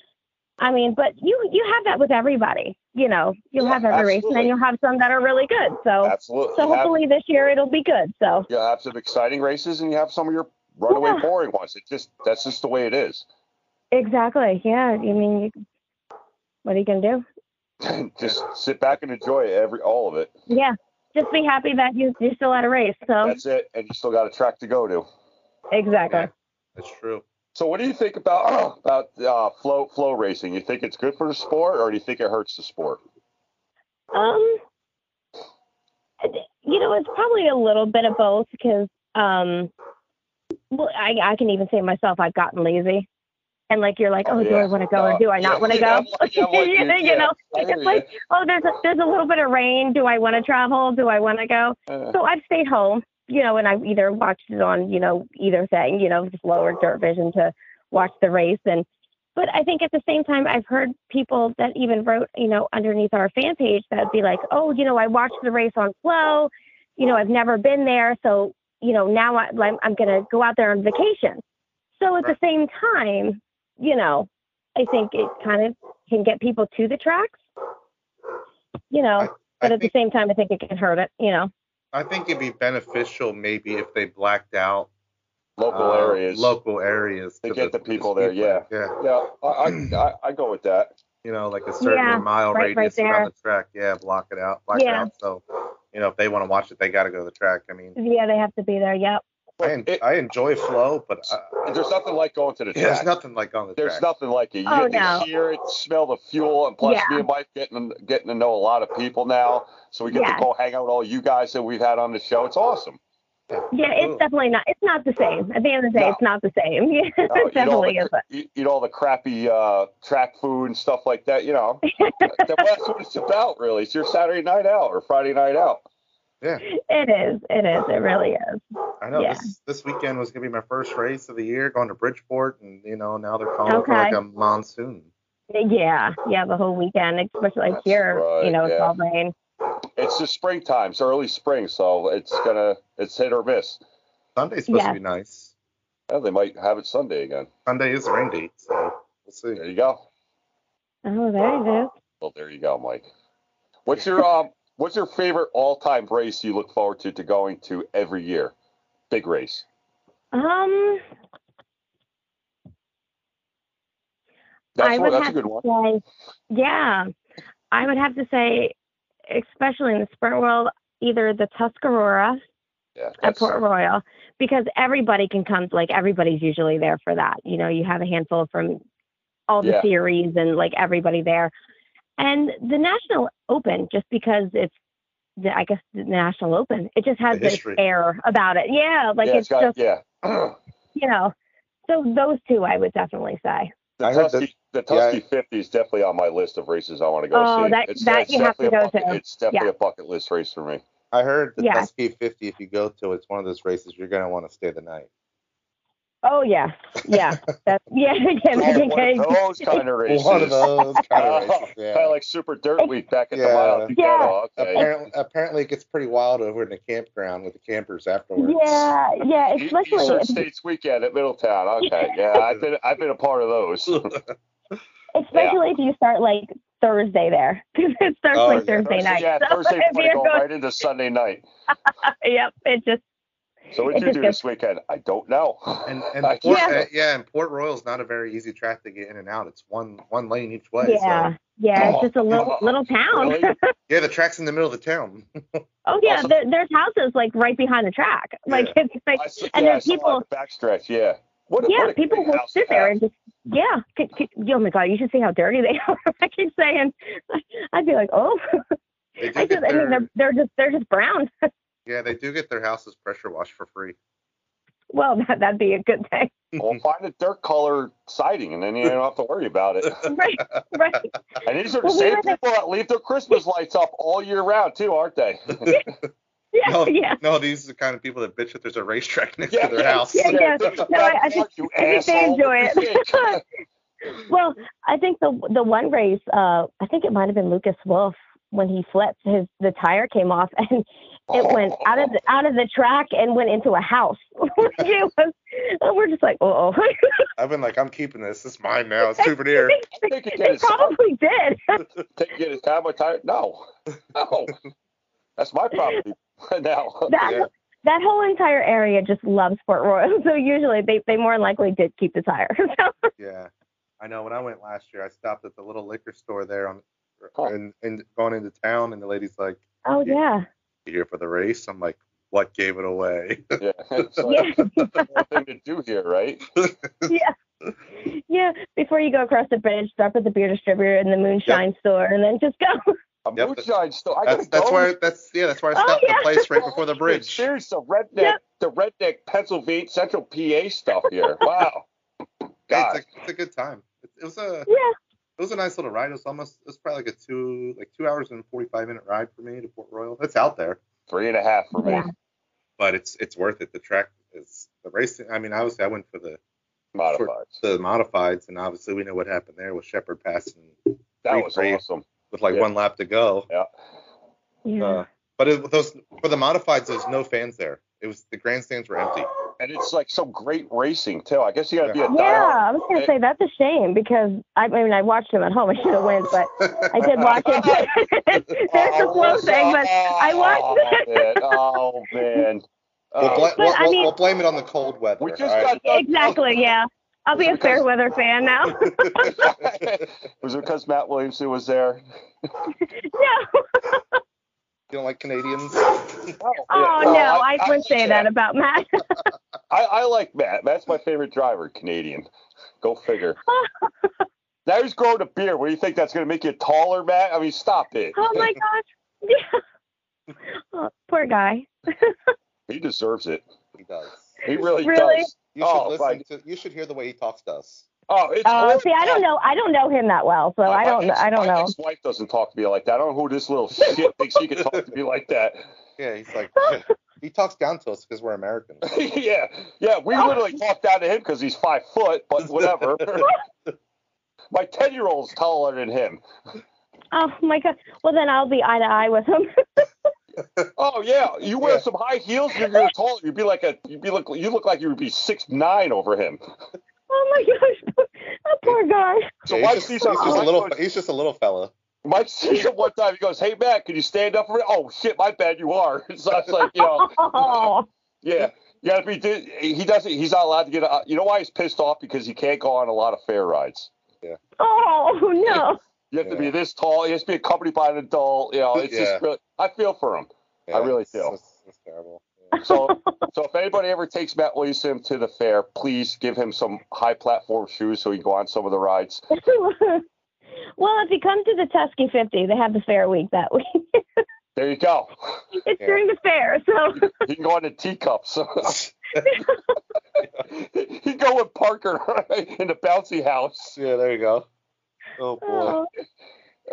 Speaker 3: i mean but you you have that with everybody you know you'll
Speaker 1: Yeah,
Speaker 3: have every race and
Speaker 1: absolutely.
Speaker 3: then you'll have some that are really good so
Speaker 1: absolutely.
Speaker 3: so
Speaker 1: You have-
Speaker 3: hopefully this year it'll be good so
Speaker 1: you have some exciting races and you have some of your runaway
Speaker 3: Yeah.
Speaker 1: boring ones. It just that's just the way it is.
Speaker 3: exactly yeah i mean you, what are you gonna do
Speaker 1: just sit back and enjoy every all of it.
Speaker 3: yeah just be happy that you you still at a race so
Speaker 1: That's it, and you still got a track to go to.
Speaker 3: exactly
Speaker 2: Yeah, that's true.
Speaker 1: So what do you think about about uh, flow flow racing? You think it's good for the sport, or do you think it hurts the sport?
Speaker 3: Um, you know, it's probably a little bit of both because, um, well, I, I can even say myself, I've gotten lazy. And like you're like,
Speaker 1: Oh,
Speaker 3: oh, do
Speaker 1: yeah.
Speaker 3: I want to go or
Speaker 1: No.
Speaker 3: do I not
Speaker 1: Yeah,
Speaker 3: want to
Speaker 1: yeah, I'm
Speaker 3: go?
Speaker 1: like- yeah, I'm like you, yeah.
Speaker 3: you know,
Speaker 1: I hear
Speaker 3: it's like, oh, there's a, there's a little bit of rain. Do I want to travel? Do I want to go?
Speaker 1: ya. Uh,
Speaker 3: So I've stayed home, you know, and I've either watched it on, you know, either thing, you know, just lower dirt vision to watch the race. And, but I think at the same time, I've heard people that even wrote, you know, underneath our fan page that would be like, oh, you know, I watched the race on Flow, you know, I've never been there. So, you know, now I, I'm, I'm going to go out there on vacation. So at the same time, you know, I think it kind of can get people to the tracks, you know, but
Speaker 2: I
Speaker 3: at the
Speaker 2: think,
Speaker 3: same time, I think it can hurt it, you know.
Speaker 2: I think it'd be beneficial maybe if they blacked out
Speaker 1: local
Speaker 2: uh,
Speaker 1: areas.
Speaker 2: local areas
Speaker 1: To
Speaker 2: to
Speaker 1: get the
Speaker 2: to
Speaker 1: people there, yeah.
Speaker 2: yeah.
Speaker 1: Yeah, I, I, I I go with that.
Speaker 2: You know, like a certain
Speaker 3: Yeah,
Speaker 2: mile
Speaker 3: right- right
Speaker 2: radius around
Speaker 3: there.
Speaker 2: the track. Yeah, block it out, block it
Speaker 3: Yeah.
Speaker 2: out. So, you know, if they want to watch it, they got to go to the track. I mean,
Speaker 3: Yeah, they have to be there. Yep.
Speaker 2: I, en-
Speaker 1: It-
Speaker 2: I enjoy flow, but I,
Speaker 1: there's nothing like going to the track.
Speaker 2: there's nothing like on the
Speaker 1: There's
Speaker 2: track.
Speaker 1: nothing like it. You
Speaker 3: Oh,
Speaker 1: get to
Speaker 3: no.
Speaker 1: hear it, smell the fuel, and plus me and Mike getting getting to know a lot of people now. So we get
Speaker 3: Yes.
Speaker 1: to go hang out with all you guys that we've had on the show. It's awesome.
Speaker 3: Yeah, it's
Speaker 2: Ooh.
Speaker 3: definitely not. It's not the same. At the end of the day,
Speaker 1: No.
Speaker 3: it's not the same. Yeah,
Speaker 1: You know,
Speaker 3: it definitely
Speaker 1: Uh, eat all
Speaker 3: isn't.
Speaker 1: the, eat, eat all the crappy uh, track food and stuff like that. You know, That- that's what it's about, really. It's your Saturday night out or Friday night out.
Speaker 3: It is. It is. It really is.
Speaker 2: I know
Speaker 3: Yeah.
Speaker 2: this this weekend was gonna be my first race of the year, going to Bridgeport, and you know now they're calling for like
Speaker 3: Okay.
Speaker 2: a monsoon.
Speaker 3: Yeah, yeah. The whole weekend, especially
Speaker 1: That's
Speaker 3: here,
Speaker 1: right,
Speaker 3: you know, it's
Speaker 1: yeah.
Speaker 3: all rain.
Speaker 1: It's just springtime, it's early spring, so it's gonna it's hit or miss.
Speaker 2: Sunday's supposed
Speaker 3: Yeah.
Speaker 2: to be nice.
Speaker 1: Well, they might have it Sunday again.
Speaker 2: Sunday is the rain date, so we'll see.
Speaker 1: There you go.
Speaker 3: Oh, there it is.
Speaker 1: Well, there you go, Mike. What's your um what's your favorite all time race you look forward to to going to every year? Big race.
Speaker 3: Um,
Speaker 1: That's
Speaker 3: I
Speaker 1: one,
Speaker 3: would
Speaker 1: that's a
Speaker 3: have
Speaker 1: good one.
Speaker 3: to say, yeah, I would have to say, especially in the sprint world, either the Tuscarora
Speaker 1: Yeah.
Speaker 3: at
Speaker 1: that's-
Speaker 3: Port Royal because everybody can come. Like everybody's usually there for that. You know, you have a handful from all the
Speaker 1: Yeah.
Speaker 3: series and like everybody there, and the National Open just because it's the, I guess the National Open. It just has
Speaker 2: The
Speaker 3: this
Speaker 2: history.
Speaker 3: air about it. Yeah, like
Speaker 1: yeah, it's
Speaker 3: it's,
Speaker 1: got-
Speaker 3: just
Speaker 1: yeah.
Speaker 3: you know. So those two, I would definitely say.
Speaker 1: The
Speaker 2: I heard that-
Speaker 1: Tusky, the Tusky 50 is definitely on my list of races I want to go
Speaker 3: Oh,
Speaker 1: see.
Speaker 3: that-
Speaker 1: it's,
Speaker 3: that
Speaker 1: it's
Speaker 3: you have to
Speaker 1: definitely a
Speaker 3: go
Speaker 1: bucket,
Speaker 3: to.
Speaker 1: It's definitely a bucket list race for me.
Speaker 2: I heard the
Speaker 3: Yeah.
Speaker 2: Tuskegee 50, if you go to, it's one of those races you're gonna want to stay the night.
Speaker 3: Oh yeah, yeah, that's, yeah, yeah,
Speaker 1: Oh,
Speaker 3: yeah,
Speaker 1: one of those kind of races.
Speaker 2: One of those kind of races. Yeah.
Speaker 1: Kind of like Super Dirt Week back at the
Speaker 2: Yeah.
Speaker 1: mile. You
Speaker 3: Yeah.
Speaker 1: go, oh, okay.
Speaker 2: apparently, apparently, it gets pretty wild over in the campground with the campers afterwards.
Speaker 3: yeah, yeah,
Speaker 1: E-
Speaker 3: especially
Speaker 1: Eastern
Speaker 3: it's-
Speaker 1: States Weekend at Middletown. Okay, yeah, I've been I've been a part of those.
Speaker 3: Especially if you start like Thursday there, because it starts
Speaker 2: Oh,
Speaker 3: like
Speaker 2: yeah.
Speaker 3: Thursday night.
Speaker 1: Yeah,
Speaker 3: So
Speaker 1: Thursday
Speaker 3: if
Speaker 1: morning
Speaker 3: you're
Speaker 1: going
Speaker 3: going-
Speaker 1: right into Sunday night.
Speaker 3: yep, it just
Speaker 1: So what did you
Speaker 3: It just
Speaker 1: do
Speaker 3: goes-
Speaker 1: this weekend? I don't know.
Speaker 2: And and
Speaker 1: I-
Speaker 2: Port, yeah.
Speaker 3: Yeah.
Speaker 2: yeah, and Port Royal's not a very easy track to get in and out. It's one one lane each way.
Speaker 3: yeah,
Speaker 2: So.
Speaker 3: yeah, it's just a little
Speaker 1: Oh,
Speaker 3: little town.
Speaker 1: really?
Speaker 2: Yeah, the track's in the middle of the town.
Speaker 3: oh yeah,
Speaker 1: Also-
Speaker 3: there, there's houses like right behind the track. Like it's like
Speaker 1: I s-
Speaker 3: and
Speaker 1: yeah,
Speaker 3: there's
Speaker 1: I saw
Speaker 3: people-
Speaker 1: on the backstretch. Yeah. What, a-
Speaker 3: yeah,
Speaker 1: what a
Speaker 3: people
Speaker 1: great
Speaker 3: will
Speaker 1: house to
Speaker 3: sit there
Speaker 1: have.
Speaker 3: and just yeah. Could, could, oh my god, you should see how dirty they are. I keep saying, I'd be like, oh,
Speaker 2: They do
Speaker 3: I,
Speaker 2: get
Speaker 3: just, I mean
Speaker 2: their-
Speaker 3: they're they're just they're just brown.
Speaker 2: yeah, they do get their houses pressure washed for free.
Speaker 3: well, that, that'd be a good thing,
Speaker 1: Well, find a dirt color siding, and then you don't have to worry about it.
Speaker 3: right? Right.
Speaker 1: And these are the
Speaker 3: Well, we
Speaker 1: same
Speaker 3: were
Speaker 1: people
Speaker 3: the-
Speaker 1: that leave their Christmas lights up all year round, too, aren't they?
Speaker 3: Yeah,
Speaker 2: No,
Speaker 3: yeah.
Speaker 2: no, these are the kind of people that bitch that there's a racetrack next
Speaker 1: Yeah,
Speaker 2: to their
Speaker 1: yeah,
Speaker 2: house.
Speaker 3: yeah. No, I- I think-
Speaker 1: you
Speaker 3: I think they
Speaker 1: asshole.
Speaker 3: enjoy
Speaker 1: What do you
Speaker 3: it.
Speaker 1: think?
Speaker 3: Well, I think the the one race, uh, I think it might have been Lucas Wolf when he flipped his the tire came off and it went out of the out of the track and went into a house. it was, and we're just like, oh,
Speaker 2: I've been like, I'm keeping this. This is mine now. It's a souvenir.
Speaker 1: I think it
Speaker 3: they
Speaker 1: gets
Speaker 3: probably did.
Speaker 1: take you to time with tire. No, no, that's my property now.
Speaker 3: That
Speaker 2: Yeah.
Speaker 3: that whole entire area just loves Port Royal, so usually they they more than likely did keep the tire. So,
Speaker 2: Yeah, I know. When I went last year, I stopped at the little liquor store there on,
Speaker 1: Huh.
Speaker 2: and and going into town, and the lady's like,
Speaker 3: oh yeah,
Speaker 2: "You here for the race?" I'm like, "What gave it away?"
Speaker 1: yeah, so
Speaker 3: yeah,
Speaker 1: that's the whole thing to do here, right?
Speaker 3: yeah. Before you go across the bridge, stop at the beer distributor and the moonshine store, and then just go.
Speaker 1: A
Speaker 2: Yep.
Speaker 1: moonshine store. I
Speaker 2: That's
Speaker 1: gotta
Speaker 2: that's
Speaker 1: go.
Speaker 2: why that's yeah that's why I
Speaker 3: Oh,
Speaker 2: stopped
Speaker 3: yeah.
Speaker 2: the place right before the bridge.
Speaker 1: There's the redneck,
Speaker 3: Yep.
Speaker 1: the redneck Pennsylvania Central PA stuff here. Wow.
Speaker 2: Hey,
Speaker 1: God,
Speaker 2: It's a, it's a good time. It, it was a
Speaker 3: Yeah.
Speaker 2: it was a nice little ride. It was almost it was probably like a two like two hours and forty five minute ride for me to Port Royal. It's out there,
Speaker 1: three and a half for me.
Speaker 3: Yeah.
Speaker 2: but it's it's worth it. The track is the racing. I mean, obviously, I went for the
Speaker 1: Modified.
Speaker 2: the modifieds, and obviously, we know what happened there with Shepherd passing
Speaker 1: That was
Speaker 2: free.
Speaker 1: awesome.
Speaker 2: with like
Speaker 1: Yeah.
Speaker 2: one lap to go.
Speaker 3: Yeah.
Speaker 2: Uh, but it, those for the modifieds, there's no fans there. It was the grandstands were empty.
Speaker 1: And it's like some great racing too. I guess you gotta be a diehard.
Speaker 3: yeah, I was gonna say that's a shame because I, I mean I watched him at home. I should have went, but I did watch it. There's the slow thing, but I watched
Speaker 1: it. Oh man.
Speaker 2: We'll,
Speaker 1: Oh,
Speaker 2: bla-
Speaker 3: But,
Speaker 2: we'll,
Speaker 3: I
Speaker 2: we'll-
Speaker 3: mean-
Speaker 2: we'll blame it on the cold weather.
Speaker 1: we just
Speaker 2: all
Speaker 1: got
Speaker 2: right?
Speaker 1: done-
Speaker 3: exactly. Yeah, I'll be a fair weather fan now.
Speaker 1: was it because Matt Williamson was there?
Speaker 3: no,
Speaker 2: you don't like Canadians.
Speaker 1: Oh,
Speaker 3: oh no, I, wouldn't say that about Matt.
Speaker 1: I, I like Matt. Matt's my favorite driver, Canadian. Go figure. now he's growing a beard. What do you think that's gonna make you taller, Matt? I mean, stop it.
Speaker 3: Oh my gosh. Yeah. Oh, poor guy.
Speaker 1: He deserves it.
Speaker 2: He does.
Speaker 1: He really,
Speaker 3: Really?
Speaker 1: does.
Speaker 2: You should
Speaker 1: Oh,
Speaker 2: listen to. You should hear the way he talks to us.
Speaker 1: Oh, it's
Speaker 3: Oh,
Speaker 1: horrible.
Speaker 3: see, I don't know. I don't know him that well, so
Speaker 1: My
Speaker 3: I don't.
Speaker 1: ex-
Speaker 3: I don't
Speaker 1: my
Speaker 3: know.
Speaker 1: ex-wife doesn't talk to me like that. I don't know who this little shit thinks he can talk to me like that.
Speaker 2: Yeah, he's like he talks down to us because we're Americans.
Speaker 1: yeah, yeah. We literally talked down to him because he's five foot, but whatever. my ten-year-old's taller than him.
Speaker 3: Oh my god. Well, then I'll be eye to eye with him.
Speaker 1: Oh yeah, you wear
Speaker 2: Yeah.
Speaker 1: some high heels, you're, you're taller. You'd be like a, you'd be look, you look like you would be six nine over him.
Speaker 3: Oh my gosh. Oh, poor guy.
Speaker 1: So
Speaker 2: Yeah,
Speaker 1: why
Speaker 2: he's, just,
Speaker 1: see
Speaker 2: he's
Speaker 1: some-
Speaker 2: just a
Speaker 1: why
Speaker 2: little.
Speaker 1: go-
Speaker 2: He's just a little fella.
Speaker 1: Mike sees him one time. He goes, "Hey Matt, can you stand up for me?" Oh shit, my bad. You are. So I was like, you know.
Speaker 3: Oh.
Speaker 1: Yeah, you gotta be. dude, He doesn't. He's not allowed to get. You know why he's pissed off? Because he can't go on a lot of fair rides.
Speaker 3: Oh no.
Speaker 1: You have to
Speaker 2: Yeah.
Speaker 1: be this tall. He has to be accompanied by an adult. You know, it's
Speaker 2: Yeah.
Speaker 1: just really. I feel for him. I really
Speaker 2: it's-
Speaker 1: do.
Speaker 2: It's, it's terrible. Yeah.
Speaker 1: So, so if anybody ever takes Matt Williamson to the fair, please give him some high platform shoes so he can go on some of the rides.
Speaker 3: well, if you come to the Tusky 50, they have the fair week that week.
Speaker 1: There you go.
Speaker 3: it's
Speaker 2: Yeah.
Speaker 3: during the fair, so
Speaker 1: He can go on the teacups. he can go with Parker in the bouncy house.
Speaker 2: Yeah, there you go. Oh boy.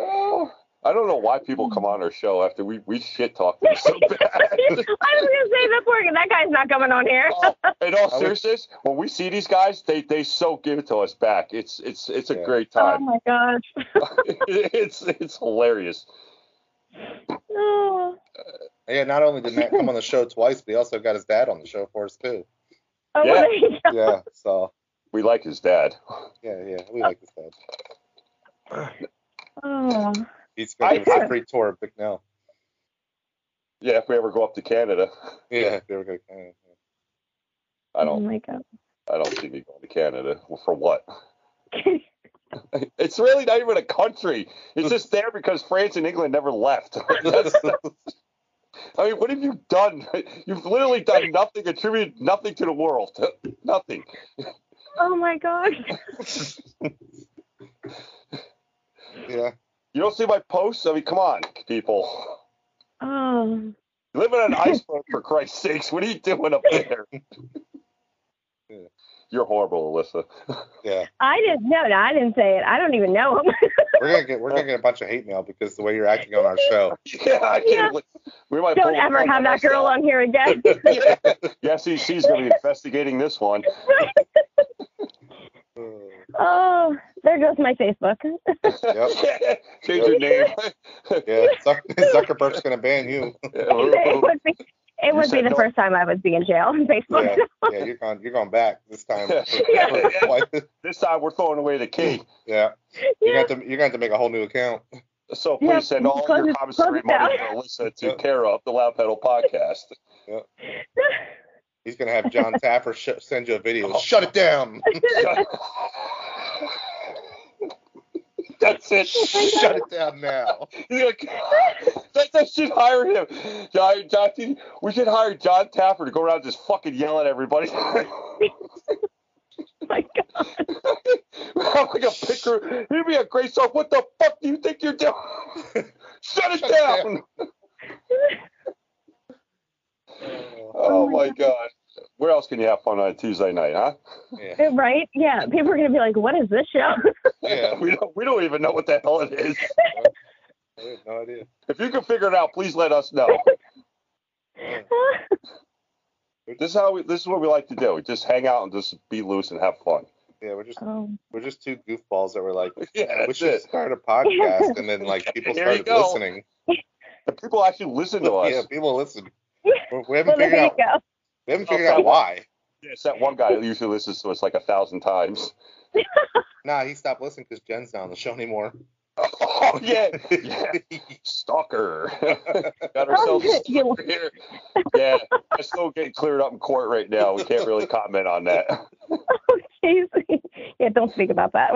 Speaker 3: oh,
Speaker 1: Oh, I don't know why people come on our show after we, we shit talk them so bad.
Speaker 3: I was gonna say that poor that guy's not coming on here.
Speaker 1: Oh, in all
Speaker 2: I would-
Speaker 1: seriousness, when we see these guys, they they so give it to us back. It's it's it's a
Speaker 2: Yeah.
Speaker 1: great
Speaker 3: Oh
Speaker 1: time.
Speaker 3: my gosh.
Speaker 1: it's it's hilarious.
Speaker 3: Oh,
Speaker 2: Yeah, not only did Matt come on the show twice, but he also got his dad on the show for us too.
Speaker 3: oh
Speaker 1: Yeah.
Speaker 3: well, there you go.
Speaker 2: Yeah, so
Speaker 1: We like his dad.
Speaker 2: yeah, yeah, we like this dad.
Speaker 3: Oh.
Speaker 2: He's gonna
Speaker 1: I-
Speaker 2: give us a free tour of Bicknell.
Speaker 1: Yeah, if we ever go up to Canada.
Speaker 2: Yeah, if you ever go to Canada.
Speaker 1: I don't.
Speaker 3: Oh my God.
Speaker 1: I don't see me going to Canada for what. It's really not even a country. It's just there because France and England never left. That's- I mean, what have you done? You've literally done nothing, attributed nothing to the world. nothing.
Speaker 3: oh my God.
Speaker 2: yeah.
Speaker 1: You don't see my posts? I mean, come on, people.
Speaker 3: Oh.
Speaker 1: You live on an iceberg, for Christ's sakes. What are you doing up there? You're horrible, Alyssa.
Speaker 2: Yeah.
Speaker 3: I didn't know. it. I didn't say it. I don't even know him.
Speaker 2: We're gonna get we're gonna get a bunch of hate mail because the way you're acting on our show.
Speaker 1: Yeah, I can't. believe We might pull
Speaker 3: don't
Speaker 1: the
Speaker 3: ever
Speaker 1: plug
Speaker 3: have that girl
Speaker 1: ourselves.
Speaker 3: on here again.
Speaker 1: yeah. yeah, see, she's going to be investigating this one.
Speaker 3: oh, there goes my Facebook.
Speaker 2: Yep.
Speaker 1: Change your name.
Speaker 2: Yeah. Zuck- Zuckerberg's gonna ban you.
Speaker 3: it would be. It
Speaker 1: Oh, You
Speaker 3: would be
Speaker 1: said
Speaker 3: the
Speaker 1: no.
Speaker 3: first time I would be in jail on
Speaker 2: Yeah.
Speaker 3: Facebook.
Speaker 2: Yeah. You're going you're going back this time.
Speaker 1: this time we're throwing away the key.
Speaker 2: yeah.
Speaker 3: Yeah.
Speaker 2: You're gonna have to you're gonna have to make a whole new account.
Speaker 1: So please
Speaker 3: Yeah,
Speaker 1: send all
Speaker 3: close
Speaker 1: your
Speaker 3: it-
Speaker 1: commissary
Speaker 3: close it
Speaker 1: money to Alyssa to
Speaker 2: Yeah.
Speaker 1: care of the Loud Pedal Podcast.
Speaker 2: He's gonna have John Tapper sh- send you a video.
Speaker 1: Oh.
Speaker 2: Shut it down.
Speaker 1: That's it.
Speaker 2: Shut it down now.
Speaker 1: He's like, that, that should hire him. John, John, we should hire John Tapper to go around just fucking yelling at everybody.
Speaker 3: Oh my God.
Speaker 1: I'm like a picker. He'd be a great song. What the fuck do you think you're doing? Shut it down. Oh,
Speaker 3: Oh my
Speaker 1: my God. Where else can you have fun on a Tuesday night, huh?
Speaker 2: Yeah.
Speaker 3: Right? Yeah. People are gonna be like, "What is this show?"
Speaker 2: Yeah.
Speaker 1: we, don't, we don't even know what the hell it is.
Speaker 2: I have no idea.
Speaker 1: If you can figure it out, please let us know. This is how we, this is what we like to do. We just hang out and just be loose and have fun.
Speaker 2: Yeah, we're just
Speaker 3: oh.
Speaker 2: we're just two goofballs that were like
Speaker 1: Yeah,
Speaker 2: we
Speaker 1: that's
Speaker 2: should
Speaker 1: it.
Speaker 2: start a podcast and then like people
Speaker 1: There you
Speaker 2: started
Speaker 1: go.
Speaker 2: listening.
Speaker 1: The people actually listen to us.
Speaker 2: Yeah, people listen.
Speaker 3: Yeah.
Speaker 2: We- We
Speaker 3: Well,
Speaker 2: haven't
Speaker 3: there
Speaker 2: figured
Speaker 3: you
Speaker 2: out
Speaker 3: go.
Speaker 2: we
Speaker 1: Oh,
Speaker 2: haven't figured out why.
Speaker 1: It's that one guy who usually listens to us like a thousand times.
Speaker 2: Nah, he stopped listening because Jen's not on the show anymore.
Speaker 1: Oh yeah, yeah. stalker. Got
Speaker 3: Oh,
Speaker 1: ourselves a
Speaker 3: you-
Speaker 1: stalker here. Yeah, that's still getting cleared up in court right now. We can't really comment on that.
Speaker 3: Jeez. yeah, don't speak about that.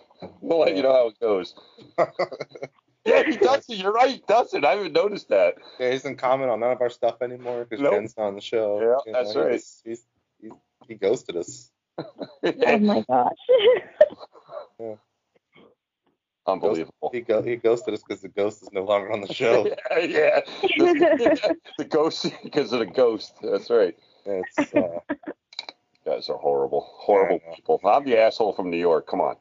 Speaker 1: We'll let you know how it goes. Yeah, he does it. You're right. He does it. I haven't noticed that.
Speaker 2: Yeah, he doesn't comment on none of our stuff anymore because
Speaker 1: Nope.
Speaker 2: Jen's not on the show.
Speaker 1: Yeah, that's
Speaker 2: he
Speaker 1: right.
Speaker 2: just- He's, he, he ghosted us.
Speaker 3: oh my gosh.
Speaker 1: Unbelievable.
Speaker 2: He, go, he ghosted us because the ghost is no longer on the show.
Speaker 1: Yeah, yeah. The, the ghost because of the ghost. That's right.
Speaker 2: It's, uh,
Speaker 1: You guys are horrible, horrible
Speaker 2: Yeah, I know.
Speaker 1: people. I'm the asshole from New York. Come on.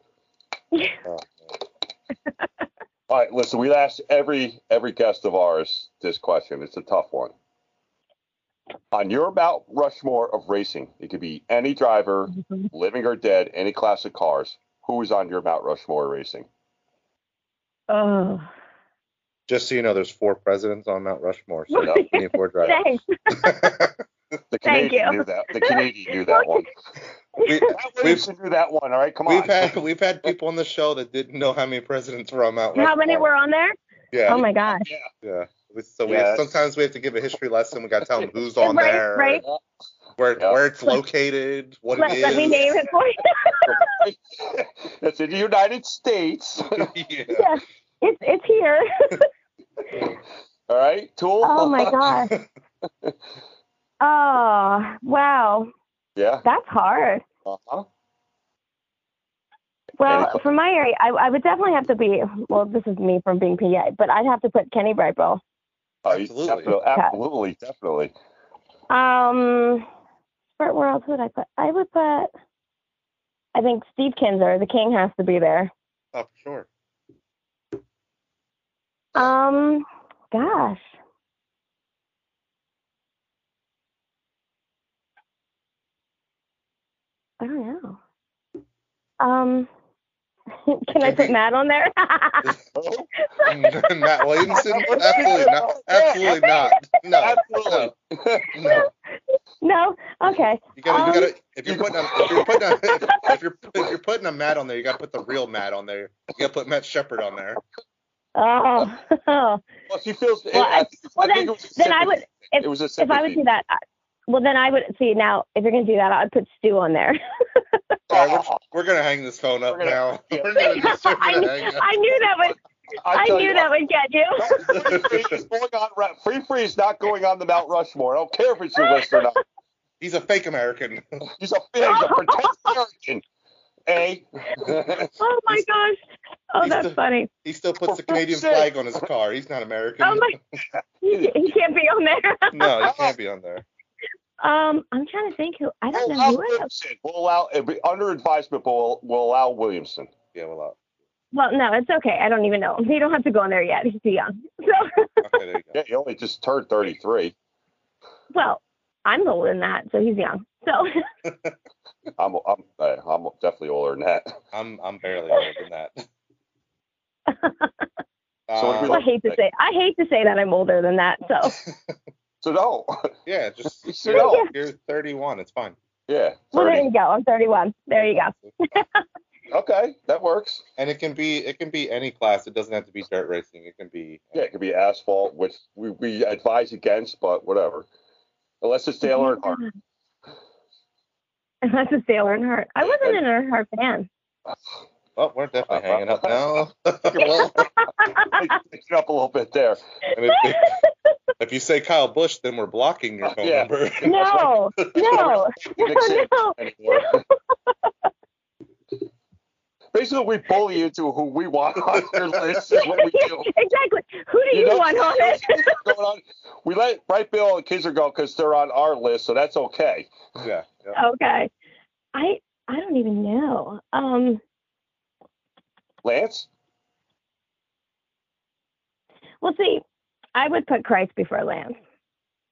Speaker 2: oh,
Speaker 1: All right, listen. We asked every every guest of ours this question. It's a tough one. On your Mount Rushmore of racing, it could be any driver, living or dead, any classic cars. Who is on your Mount Rushmore of racing?
Speaker 3: oh.
Speaker 2: just so you know, there's four presidents on Mount Rushmore, so
Speaker 1: No.
Speaker 2: you need four drivers.
Speaker 3: Thanks.
Speaker 1: The
Speaker 3: Thank
Speaker 1: Canadian
Speaker 3: you.
Speaker 1: knew that. The Canadian knew that one.
Speaker 2: we,
Speaker 1: That Williamson knew that one. All right, come on.
Speaker 2: we've had we've had people on the show that didn't know how many presidents were on Mount Rushmore.
Speaker 3: How many were on there?
Speaker 2: Yeah,
Speaker 3: Oh my gosh.
Speaker 2: yeah. So we
Speaker 1: Yeah.
Speaker 2: sometimes we have to give a history lesson. We got to tell them who's on
Speaker 3: Right,
Speaker 2: there,
Speaker 3: right.
Speaker 2: where
Speaker 1: Yeah.
Speaker 2: where it's located, what
Speaker 3: Let,
Speaker 2: it is.
Speaker 3: let me name it for you.
Speaker 1: It's in the United States.
Speaker 2: yeah.
Speaker 3: yeah. It's it's here.
Speaker 1: All right, Tool.
Speaker 3: Oh my gosh. Oh wow.
Speaker 1: Yeah.
Speaker 3: That's hard.
Speaker 1: Uh-huh. Any
Speaker 3: Well,
Speaker 1: que-
Speaker 3: for my area, I, I would definitely have to be. Well, this is me from being PA, but I'd have to put Kenny Brightbill.
Speaker 1: Oh, he's
Speaker 2: Absolutely.
Speaker 1: definitely, absolutely, definitely.
Speaker 3: Um, where, where else would I put? I would put. I think Steve Kinzer, the King, has to be there.
Speaker 2: Oh, for sure.
Speaker 3: Um, gosh. I don't know. Um, can I put Matt on there?
Speaker 2: Matt Williamson? Absolutely not. Absolutely not. No.
Speaker 1: Absolutely.
Speaker 2: No. no.
Speaker 3: no. Okay.
Speaker 2: You gotta, you
Speaker 3: Um,
Speaker 2: gotta, if you're putting a, if you're putting a, if you're, if you're putting a Matt on there, you gotta put the real Matt on there. You gotta put Matt Shepard on there.
Speaker 3: Oh.
Speaker 1: Well, she feels.
Speaker 3: Well, I-
Speaker 1: I, think- I think
Speaker 3: well, then-
Speaker 1: it was a
Speaker 3: then I
Speaker 1: sympathy.
Speaker 3: would- if-
Speaker 1: it was a
Speaker 3: if I
Speaker 1: sympathy.
Speaker 3: would do that, I- Well, then I would see now if you're gonna do that, I'd put stew on there.
Speaker 1: Oh,
Speaker 2: All right, we're, we're gonna hang this phone up
Speaker 1: We're gonna-
Speaker 2: now.
Speaker 1: yeah.
Speaker 2: We're gonna just we're
Speaker 3: I,
Speaker 2: gonna hang up.
Speaker 3: I knew that would I,
Speaker 1: tell
Speaker 3: knew
Speaker 1: you
Speaker 3: that would get you.
Speaker 1: what, Free Free is going on ra- Free Free is not going on the Mount Rushmore. I don't care if it's your list or not.
Speaker 2: He's a fake American.
Speaker 1: He's a he's a pretend American. Hey,
Speaker 3: Oh my
Speaker 2: He's-
Speaker 3: gosh. Oh,
Speaker 2: he's
Speaker 3: that's
Speaker 2: the-
Speaker 3: funny.
Speaker 2: He still puts the Canadian
Speaker 1: Shit.
Speaker 2: flag on his car. He's not American.
Speaker 3: Oh my. He, he can't be on there.
Speaker 2: No, he can't be on there.
Speaker 3: Um, I'm trying to think who. I don't
Speaker 1: we'll
Speaker 3: know
Speaker 1: allow
Speaker 3: who. I have.
Speaker 1: Williamson. We'll allow it'll be under advisement. but We'll, we'll allow Williamson.
Speaker 2: Yeah, well,
Speaker 3: Well, no, it's okay. I don't even know him. He don't have to go on there yet. He's too young. So,
Speaker 2: uh, okay, there you go.
Speaker 1: Yeah, he only just turned 33.
Speaker 3: well, I'm older than that, so he's young. So,
Speaker 1: I'm I'm uh, I'm definitely older than that.
Speaker 2: I'm I'm barely older than that.
Speaker 1: So what do we
Speaker 3: I
Speaker 1: like-
Speaker 2: Um,
Speaker 3: hate to say, I hate to say that I'm older than that. So,
Speaker 1: So no,
Speaker 2: yeah, just
Speaker 1: You should
Speaker 2: you're,
Speaker 1: know.
Speaker 2: you're 31. It's fine.
Speaker 1: yeah,
Speaker 3: well, there
Speaker 1: 30.
Speaker 3: you go. I'm 31. There you go.
Speaker 1: Okay, that works.
Speaker 2: And it can be it can be any class. It doesn't have to be dirt racing. It can be
Speaker 1: Yeah, it could be asphalt, which we, we advise against, but whatever. Unless it's Dale Earnhardt.
Speaker 3: That's a Dale Earnhardt. I wasn't an Earnhardt fan.
Speaker 2: Oh, we're definitely hanging up now. well,
Speaker 1: Mixed it up a little bit there.
Speaker 2: I mean, if, if you say Kyle Bush, then we're blocking your phone
Speaker 1: Yeah.
Speaker 2: number.
Speaker 3: no, no,
Speaker 1: Mix
Speaker 3: no,
Speaker 1: it
Speaker 3: no.
Speaker 1: anymore. Basically, we bully you to who we want on your list is what we do.
Speaker 3: Exactly. Who do you,
Speaker 1: know-
Speaker 3: want on it?
Speaker 1: you know what's going on? We let Bright Bill and Kizer go because they're on our list, so that's okay.
Speaker 2: Yeah. yeah.
Speaker 3: okay. I I don't even know. Um.
Speaker 1: Lance?
Speaker 3: Well, see, I would put Christ before Lamb,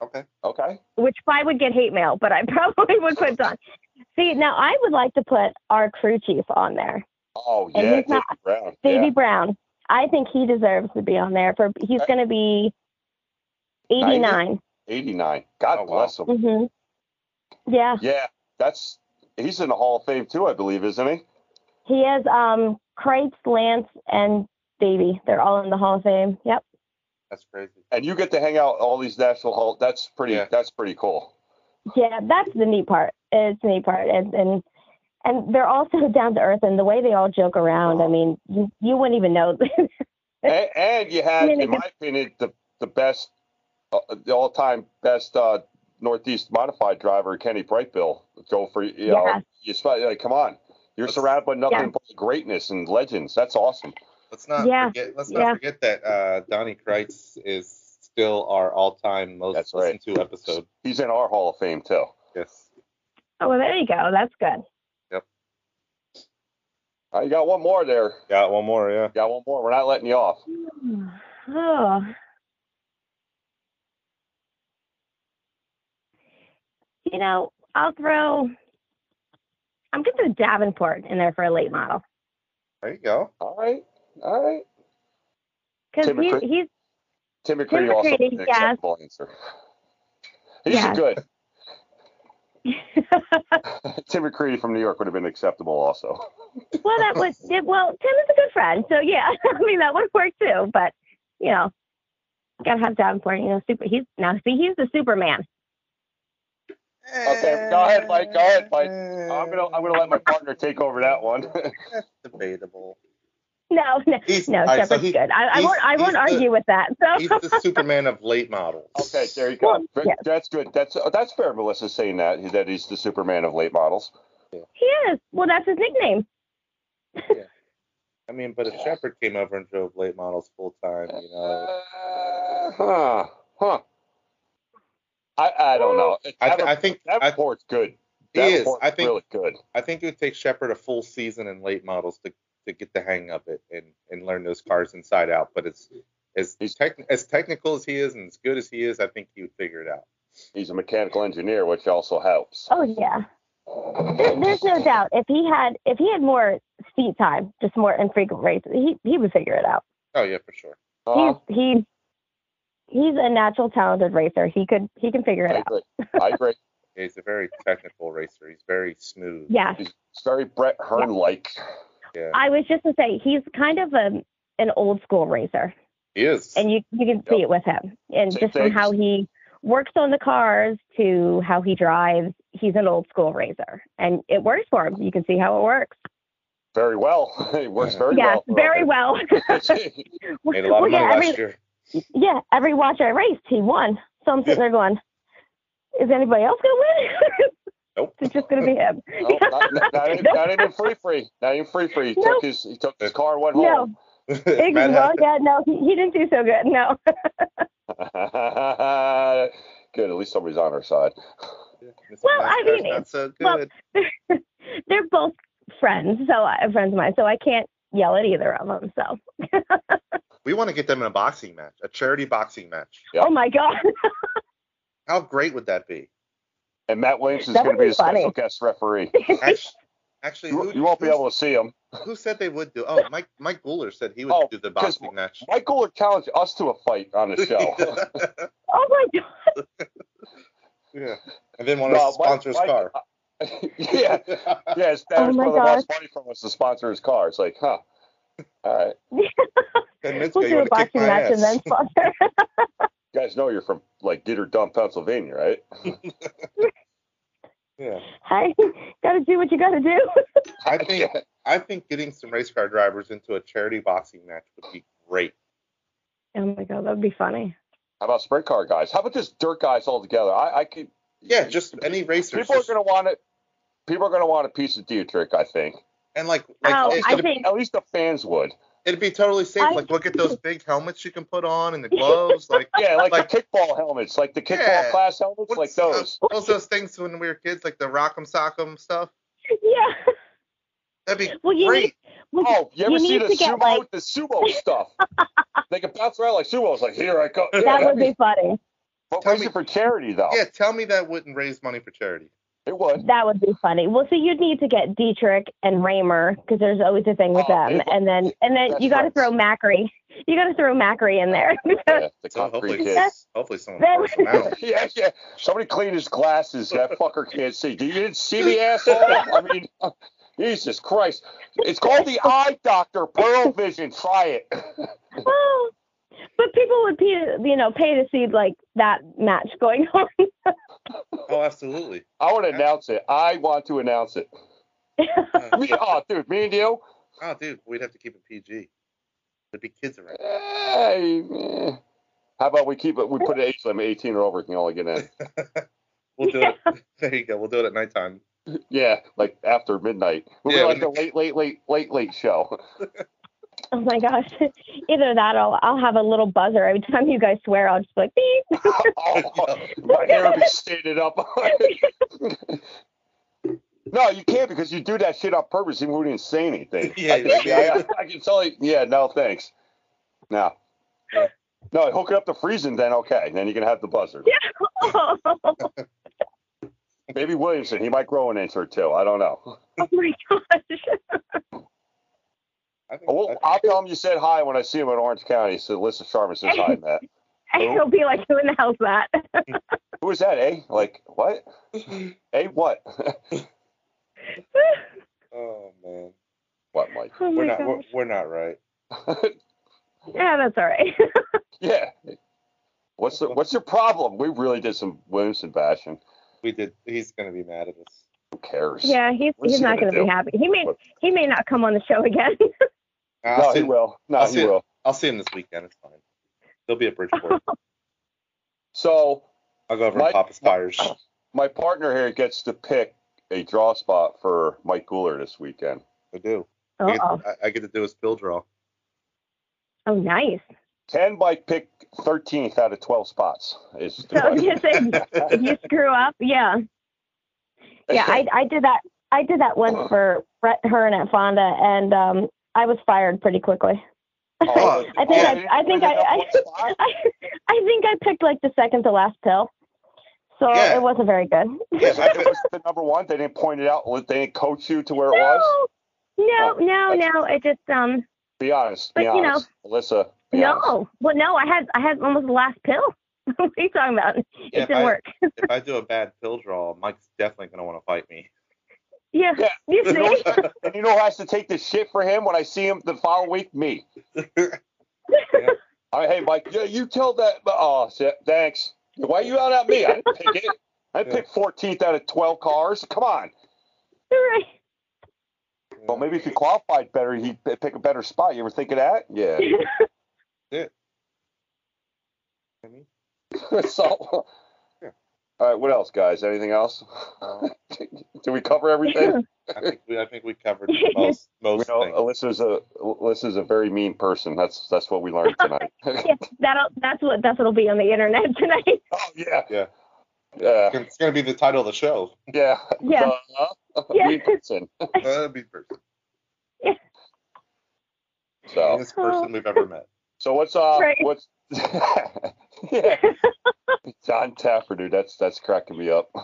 Speaker 2: Okay.
Speaker 1: Okay.
Speaker 3: which I would get hate mail, but I probably would put Don. See, now I would like to put our crew chief on there,
Speaker 1: Oh,
Speaker 3: And
Speaker 1: yeah.
Speaker 3: he's not-
Speaker 1: Jacob Brown.
Speaker 3: Davy
Speaker 1: Yeah.
Speaker 3: Brown. I think he deserves to be on there. For he's
Speaker 1: Okay.
Speaker 3: going to be 89.
Speaker 1: 89. God
Speaker 2: Oh, wow.
Speaker 1: bless him.
Speaker 3: hmm Yeah,
Speaker 1: Yeah, that's he's in the Hall of Fame too, I believe, isn't he?
Speaker 3: he is. Um, Kreitz, Lance, and Davy. They're all in the Hall of Fame. Yep.
Speaker 2: That's crazy.
Speaker 1: And you get to hang out all these national hall. That's pretty.
Speaker 2: Yeah.
Speaker 1: That's pretty cool.
Speaker 3: Yeah, that's the neat part. It's the neat part, and and and they're all so down to earth, and the way they all joke around. I mean, you, you wouldn't even know.
Speaker 1: And, and you had,
Speaker 3: I
Speaker 1: in
Speaker 3: mean, it-
Speaker 1: my opinion, the the best, uh, the all-time best uh, Northeast modified driver, Kenny Brightbill. Go for you know,
Speaker 3: Yes.
Speaker 1: you sp- like, come on. You're
Speaker 2: That's-
Speaker 1: surrounded by nothing
Speaker 3: Yeah.
Speaker 1: but greatness and legends. That's awesome.
Speaker 2: Let's not
Speaker 3: Yeah,
Speaker 2: forget. Let's not
Speaker 3: yeah.
Speaker 2: forget that uh, Donnie Kreitz is still our all-time most
Speaker 1: That's right.
Speaker 2: listened to episode.
Speaker 1: He's in our Hall of Fame too.
Speaker 2: Yes.
Speaker 3: oh, well, there you go. That's good.
Speaker 1: I got one more there.
Speaker 2: Got one more. Yeah.
Speaker 1: Got one more. We're not letting you off.
Speaker 3: Oh. You know, I'll throw. I'm gonna throw Davenport in there for a late model
Speaker 2: There you go.
Speaker 1: All right. All right.
Speaker 3: because
Speaker 1: Tim
Speaker 3: he,
Speaker 1: McCre-
Speaker 3: he's
Speaker 1: Tim McCree
Speaker 3: Tim
Speaker 1: also
Speaker 3: McCready,
Speaker 1: an acceptable answer. He's
Speaker 3: Yes.
Speaker 1: good. Tim McCready from New York would have been acceptable also.
Speaker 3: well. That was it, well. Tim is a good friend, so yeah. I mean, that would work too. But you know, gotta have Davenport. You know, super. He's now see, he's the Superman.
Speaker 1: Okay, go ahead, Mike, go ahead, Mike.
Speaker 2: Eh,
Speaker 1: I'm gonna I'm gonna let my partner take over that one.
Speaker 2: That's debatable.
Speaker 3: No, no,
Speaker 2: He's-
Speaker 3: no.
Speaker 2: all right, so
Speaker 3: Shepard's
Speaker 2: he-
Speaker 3: good. I, I
Speaker 2: he's-
Speaker 3: won't. I
Speaker 2: he's
Speaker 3: won't
Speaker 2: the-
Speaker 3: argue with that. So
Speaker 2: He's the Superman of late models.
Speaker 1: okay, there you go.
Speaker 3: Well, yeah.
Speaker 1: That's good. That's oh, that's fair. Melissa's saying that that he's the Superman of late models.
Speaker 3: He is. Well, that's his nickname.
Speaker 2: I mean, but if Shepard came over and drove late models full time, you know,
Speaker 1: Uh, huh? Huh? I I don't know.
Speaker 2: I, th- I think I,
Speaker 1: Davenport's good.
Speaker 2: he is.
Speaker 1: Davenport's
Speaker 2: I think
Speaker 1: really good.
Speaker 2: I think it would take Shepard a full season in late models to, to get the hang of it and, and learn those cars inside out. But it's as
Speaker 1: He's-
Speaker 2: tech, as technical as he is and as good as he is, I think he would figure it out.
Speaker 1: He's a mechanical engineer, which also helps.
Speaker 3: Oh yeah. There, there's no doubt. If he had, if he had more seat time, just more infrequent races, he he would figure it out.
Speaker 2: Oh yeah, for sure.
Speaker 1: Uh,
Speaker 3: He's he. He's a natural talented racer. He could he can figure it
Speaker 1: I
Speaker 3: out.
Speaker 1: agree. I agree.
Speaker 2: He's a very technical racer. He's very smooth.
Speaker 3: Yeah.
Speaker 1: It's very Brett Hearn like.
Speaker 2: Yeah.
Speaker 3: I was just to say he's kind of a an old school racer,
Speaker 2: He is.
Speaker 3: and you you can see it with him, and
Speaker 1: Same
Speaker 3: just from
Speaker 1: thing.
Speaker 3: how he works on the cars to how he drives. He's an old school racer, and it works for him. You can see how it works.
Speaker 1: Very well. It works very
Speaker 3: yes,
Speaker 1: well.
Speaker 3: very well.
Speaker 2: Made a lot of money
Speaker 3: yeah,
Speaker 2: last
Speaker 3: every,
Speaker 2: year.
Speaker 3: yeah, every watch I raced, he won. So I'm sitting there going, is anybody else going to win?
Speaker 2: Nope.
Speaker 3: it's just going to be him.
Speaker 1: No, not, not, not even, not even free free. Not even free free. He
Speaker 3: No.
Speaker 1: took his he took his car and went
Speaker 3: No.
Speaker 1: home.
Speaker 3: Ex-
Speaker 2: Matt
Speaker 3: well,
Speaker 2: Hack-
Speaker 3: yeah, no, he, he didn't do so good. No.
Speaker 1: Good, at least somebody's on our side.
Speaker 2: Mr.
Speaker 3: Well, I
Speaker 2: NASCAR's
Speaker 3: mean,
Speaker 2: not so good.
Speaker 3: well, They're both friends, so I, friends of mine, so I can't yell at either of them. So,
Speaker 2: we want to get them in a boxing match, a charity boxing match.
Speaker 1: Yeah.
Speaker 3: oh my God.
Speaker 2: How great would that be?
Speaker 1: And Matt Williams is
Speaker 3: That
Speaker 1: going to
Speaker 3: would
Speaker 1: be
Speaker 3: be
Speaker 1: a special
Speaker 3: funny.
Speaker 1: guest referee.
Speaker 2: Actually, actually
Speaker 1: You,
Speaker 2: who,
Speaker 1: you won't be
Speaker 2: who's-
Speaker 1: able to see him.
Speaker 2: Who said they would do? Oh, Mike Mike Guler said he would
Speaker 1: Oh,
Speaker 2: do the
Speaker 1: 'cause-
Speaker 2: boxing match.
Speaker 1: Michael would challenge us to a fight on the show.
Speaker 3: Oh my God.
Speaker 2: yeah. And then want to
Speaker 1: No, Mike-
Speaker 2: sponsor his
Speaker 1: Mike- uh,
Speaker 2: car.
Speaker 1: yeah, yeah. His parents
Speaker 3: Oh my
Speaker 1: probably lost
Speaker 3: gosh.
Speaker 1: money from us to sponsor his car. It's like, huh? All right,
Speaker 2: Ten minutes
Speaker 3: We'll
Speaker 2: ago,
Speaker 3: do a
Speaker 2: you would have kicked
Speaker 3: boxing
Speaker 2: my
Speaker 3: match
Speaker 2: ass.
Speaker 3: and then sponsor.
Speaker 1: you guys know you're from like Gator Dump, Pennsylvania, right?
Speaker 2: yeah.
Speaker 3: hey, got to do what you got to do.
Speaker 2: I think I think getting some race car drivers into a charity boxing match would be great.
Speaker 3: Oh my God, that would be funny.
Speaker 1: How about sprint car guys? How about just dirt guys all together? I, I could.
Speaker 2: Yeah, just any racers.
Speaker 1: People are
Speaker 2: just-
Speaker 1: gonna want it. People are gonna want a piece of Dietrich, I think.
Speaker 2: and like, like
Speaker 3: Oh,
Speaker 2: it,
Speaker 3: I
Speaker 2: it'd,
Speaker 3: think-
Speaker 1: At least the fans would.
Speaker 2: it'd be totally safe.
Speaker 3: I-
Speaker 2: like, look at those big helmets you can put on and the gloves. Like,
Speaker 1: Yeah, like,
Speaker 2: Like-
Speaker 1: the kickball helmets, like the kickball
Speaker 2: Yeah.
Speaker 1: class helmets, like
Speaker 2: what's-
Speaker 1: those.
Speaker 2: uh, those those things when we were kids, like the rock'em sock'em stuff.
Speaker 3: Yeah.
Speaker 2: That'd be
Speaker 3: Well, you
Speaker 2: great.
Speaker 3: Well,
Speaker 1: Oh, you ever
Speaker 3: you
Speaker 1: see
Speaker 3: need
Speaker 1: the
Speaker 3: to get,
Speaker 1: sumo
Speaker 3: like-
Speaker 1: the sumo stuff? they can bounce around like sumos. Like here I go.
Speaker 2: Oh,
Speaker 3: that would be funny.
Speaker 1: But
Speaker 2: Tell
Speaker 1: raise
Speaker 2: me-
Speaker 1: it for charity though.
Speaker 2: Yeah, tell me that wouldn't raise money for charity.
Speaker 1: It would.
Speaker 3: That would be funny. Well, so you'd need to get Dietrich and Raymer because there's always a thing with
Speaker 1: Oh,
Speaker 3: them,
Speaker 1: it-
Speaker 3: and then and then
Speaker 1: that's
Speaker 3: you got to
Speaker 1: right.
Speaker 3: throw Macri. You got to throw Macri in there.
Speaker 1: Yeah, the
Speaker 2: So Oh, hopefully,
Speaker 1: concrete kids.
Speaker 2: hopefully someone
Speaker 3: That
Speaker 2: pours them out.
Speaker 1: Yeah, yeah. Somebody clean his glasses. That fucker can't see. Do you didn't see the asshole? I mean, Jesus Christ! It's called the Eye Doctor Pearl Vision. Try it.
Speaker 3: Oh. but people would pay, you know, pay to see like that match going on.
Speaker 2: Oh, absolutely.
Speaker 1: I want to announce it. I want to announce it.
Speaker 2: Uh,
Speaker 1: Me, oh, dude, me and you.
Speaker 2: oh, dude, we'd have to keep it PG. There'd be kids around.
Speaker 1: Hey, eh. How about we keep it? We put an age limit, 18 or over, can only get in.
Speaker 2: We'll do it. There you go. We'll do it at nighttime.
Speaker 1: Yeah, like after midnight. We'll
Speaker 2: Yeah,
Speaker 1: be like the
Speaker 2: when-
Speaker 1: late, late, late, late, late show.
Speaker 3: oh my gosh! Either that, or I'll, I'll have a little buzzer every time you guys swear. I'll just be like beep.
Speaker 1: oh, my hair would be standing up. no, you can't because you do that shit on purpose. Even when you didn't say anything.
Speaker 2: Yeah,
Speaker 1: I can,
Speaker 2: yeah.
Speaker 1: I, I can tell you. Yeah, no, thanks. No. No, hook it up to freezing, then okay. Then you can have the buzzer.
Speaker 3: oh
Speaker 1: Maybe Williamson, he might grow an inch or two. I don't know.
Speaker 3: my gosh!
Speaker 2: I think,
Speaker 1: Well, I'll tell him you said hi when I see him in Orange County. So Alyssa Sharman says hi, Matt.
Speaker 3: He'll be like, who in the hell's that?
Speaker 1: Who is that, eh? Like, what?
Speaker 3: Mm-hmm.
Speaker 1: Eh, what?
Speaker 2: oh man,
Speaker 1: what, Mike?
Speaker 3: oh
Speaker 2: we're
Speaker 3: my
Speaker 2: not we're,
Speaker 3: gosh!
Speaker 2: we're not right.
Speaker 3: Yeah, that's all right.
Speaker 1: yeah. What's the, what's your problem? We really did some Williamson bashing.
Speaker 2: We did. He's gonna be mad at us.
Speaker 1: Who cares?
Speaker 3: Yeah, he's
Speaker 1: What's
Speaker 3: he's
Speaker 1: he
Speaker 3: not
Speaker 1: gonna
Speaker 3: going to be
Speaker 1: do?
Speaker 3: happy. He may
Speaker 1: What-
Speaker 3: he may not come on the show again.
Speaker 2: I'll,
Speaker 1: No,
Speaker 2: see,
Speaker 1: he will. No,
Speaker 2: I'll
Speaker 1: he
Speaker 2: see it.
Speaker 1: will.
Speaker 2: I'll see him this weekend. It's fine. There'll be a Bridgeport.
Speaker 1: So
Speaker 2: I'll go over
Speaker 1: Mike-
Speaker 2: and pop his tires.
Speaker 1: my partner here gets to pick a draw spot for Mike Guler this weekend.
Speaker 2: I do. I
Speaker 3: Uh
Speaker 2: get,
Speaker 3: oh.
Speaker 2: I, I get to do his bill draw.
Speaker 3: Oh, nice.
Speaker 1: Can Mike pick 13th out of 12 spots? Is the
Speaker 3: So I was
Speaker 1: question.
Speaker 3: gonna say, if you screw up, yeah, yeah. I I did that. I did that
Speaker 1: Uh-huh.
Speaker 3: once for Brett Hearn at Fonda, and um, I was fired pretty quickly.
Speaker 1: Oh,
Speaker 3: I think
Speaker 1: yeah,
Speaker 3: I, I think I, I,
Speaker 1: pick up one spot?
Speaker 3: I I think I picked like the second to last pill, so
Speaker 2: Yeah.
Speaker 3: it wasn't very good.
Speaker 1: If it was the number one, they didn't point it out. They didn't coach you to where it was.
Speaker 3: No,
Speaker 1: Oh,
Speaker 3: no,
Speaker 1: that's-
Speaker 3: no. It just um
Speaker 1: Be honest. Be
Speaker 3: But, you know-
Speaker 1: honest, Alyssa. Be honest.
Speaker 3: no. Well, no, I had I had almost the last pill. what are you talking about? It
Speaker 2: Yeah, if
Speaker 3: didn't
Speaker 2: I-
Speaker 3: work.
Speaker 2: If I do a bad pill draw, Mike's definitely gonna want to fight me.
Speaker 3: Yeah.
Speaker 1: Yeah.
Speaker 3: You see?
Speaker 1: And you know who has to take the shit for him when I see him the following week? Me. I hey Mike, yeah, you tell that. Oh, shit, thanks. Why are you out at me? I didn't pick it. I
Speaker 2: Yeah.
Speaker 1: picked 14th out of 12 cars. Come on.
Speaker 3: Right.
Speaker 1: Well, maybe if he qualified better, he'd p- pick a better spot. You ever think of that? Yeah. so,
Speaker 2: Yeah. Um,
Speaker 1: all right. What else, guys? Anything else?
Speaker 2: No.
Speaker 1: Did we cover everything?
Speaker 2: I think we I think we covered most
Speaker 1: We
Speaker 2: most
Speaker 1: know
Speaker 2: things.
Speaker 1: Alyssa's a Alyssa's a very mean person. That's that's what we learned tonight.
Speaker 3: yeah, that'll that's what that's what'll be on the internet tonight.
Speaker 1: oh yeah.
Speaker 2: Yeah.
Speaker 1: Yeah.
Speaker 2: It's gonna be the title of the show.
Speaker 1: Yeah.
Speaker 3: Yeah.
Speaker 1: The
Speaker 3: Yeah.
Speaker 1: mean person.
Speaker 2: Uh, be person.
Speaker 1: So
Speaker 2: Meanest person we've ever met.
Speaker 1: so what's uh
Speaker 3: Right.
Speaker 1: what's yeah. John Taffer, dude. That's that's cracking me up.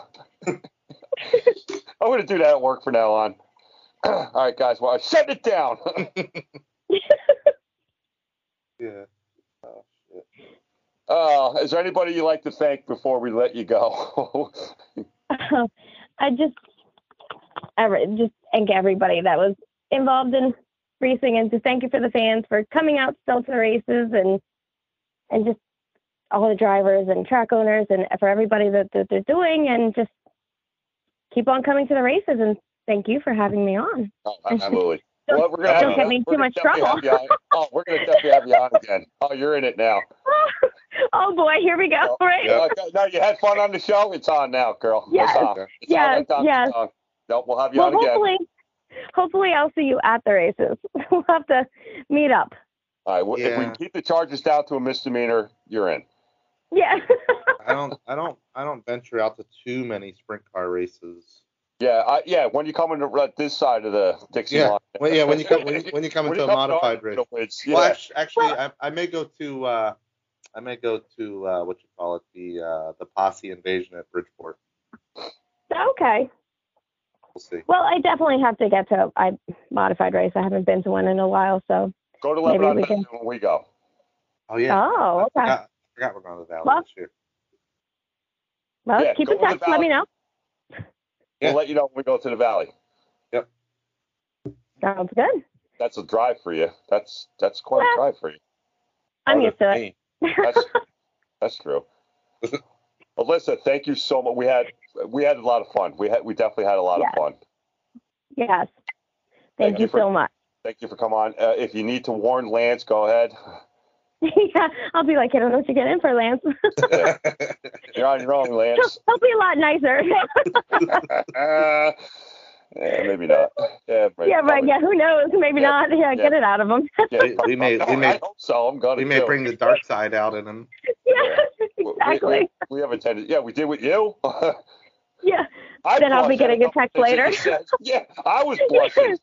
Speaker 1: I'm gonna do that at work from now on. All right, guys. Well, shut it down.
Speaker 2: Yeah.
Speaker 1: Uh, is there anybody you'd like to thank before we let you go?
Speaker 3: I just ever just thank everybody that was involved in racing and to thank you for the fans for coming out still to the races and and just all the drivers and track owners and for everybody that, that they're doing and just keep on coming to the races and thank you for having me on.
Speaker 1: Oh, absolutely.
Speaker 3: Don't-
Speaker 1: Well, we're gonna
Speaker 2: don't
Speaker 1: have
Speaker 2: get
Speaker 1: you-
Speaker 3: me in
Speaker 1: we're
Speaker 3: too
Speaker 1: gonna
Speaker 3: much
Speaker 1: definitely have
Speaker 3: trouble.
Speaker 1: you on- Oh, we're gonna definitely have you on again. Oh, you're in it now.
Speaker 3: Oh boy, here we go. Right?
Speaker 2: Yeah.
Speaker 1: Uh, no, you had fun on the show. It's on now, girl.
Speaker 3: Yes.
Speaker 1: It's on.
Speaker 2: Okay.
Speaker 1: It's on
Speaker 3: Yes,
Speaker 1: that time.
Speaker 3: yes.
Speaker 1: It's on. Nope, we'll have you
Speaker 3: Well,
Speaker 1: on again.
Speaker 3: hopefully, hopefully I'll see you at the races. we'll have to meet up.
Speaker 1: All right. Well, If we
Speaker 2: Yeah.
Speaker 1: keep the charges down to a misdemeanor, you're in.
Speaker 3: Yeah.
Speaker 2: I don't I don't I don't venture out to too many sprint car races.
Speaker 1: Yeah. I, yeah. When you come into uh, this side of the Dixie
Speaker 2: Yeah.
Speaker 1: line.
Speaker 2: Well, yeah, when you come when you, when you come
Speaker 1: When
Speaker 2: into
Speaker 1: you
Speaker 2: a
Speaker 1: come to
Speaker 2: modified
Speaker 1: our
Speaker 2: race.
Speaker 1: It's,
Speaker 2: Well,
Speaker 1: yeah.
Speaker 2: actually, actually I, I may go to uh, I may go to uh, what you call it the uh, the posse invasion at Bridgeport.
Speaker 3: okay.
Speaker 2: We'll see.
Speaker 3: Well, I definitely have to get to I modified race. I haven't been to one in a while, so.
Speaker 1: Go to
Speaker 3: Maybe
Speaker 1: Lebanon
Speaker 3: we
Speaker 1: Mountain when we go.
Speaker 2: Oh yeah.
Speaker 3: Oh,
Speaker 2: I
Speaker 3: okay.
Speaker 1: Uh,
Speaker 2: forgot, I forgot we're going to the valley
Speaker 3: Well-
Speaker 2: this year.
Speaker 3: Well,
Speaker 1: Yeah,
Speaker 3: keep
Speaker 1: go
Speaker 3: in
Speaker 1: to the
Speaker 3: touch. Let me know.
Speaker 2: Yeah.
Speaker 1: We'll let you know when we go to the valley.
Speaker 3: Sounds good.
Speaker 1: That's a drive for you. That's that's quite a
Speaker 3: Yeah.
Speaker 1: drive for you.
Speaker 3: I'm
Speaker 2: Oh,
Speaker 3: used to
Speaker 2: that's
Speaker 3: it.
Speaker 2: me.
Speaker 1: That's that's true. Alyssa, thank you so much. We had we had a lot of fun. We had we definitely had a lot
Speaker 3: Yeah.
Speaker 1: of fun.
Speaker 3: yes.
Speaker 1: Thank
Speaker 3: Thank
Speaker 1: you
Speaker 3: you
Speaker 1: for-
Speaker 3: so much.
Speaker 1: Thank you for coming on. Uh, if you need to warn Lance, go ahead.
Speaker 3: yeah, I'll be like, I don't know what you get in for, Lance.
Speaker 1: You're on your own,
Speaker 3: he'll,
Speaker 1: Lance.
Speaker 3: he'll be a lot nicer.
Speaker 1: yeah, maybe not. Yeah, right.
Speaker 3: yeah, right.
Speaker 1: probably.
Speaker 3: Yeah, who knows? Maybe
Speaker 1: Yeah,
Speaker 3: not. Yeah, get it out of him.
Speaker 1: Yeah,
Speaker 2: We- we may-
Speaker 1: probably-
Speaker 2: we may-
Speaker 1: I hope so. I'm gonna.
Speaker 2: we may
Speaker 1: do.
Speaker 2: bring the dark side out in him.
Speaker 1: Yeah.
Speaker 3: yeah,
Speaker 1: We- we-
Speaker 3: exactly.
Speaker 1: We, we have a tendency. Yeah, we did with you.
Speaker 3: yeah.
Speaker 1: I
Speaker 3: Then I'll be
Speaker 1: blushed at
Speaker 3: getting a
Speaker 1: couple
Speaker 3: text
Speaker 1: things that
Speaker 3: later.
Speaker 1: you said. Yeah, I was blushing.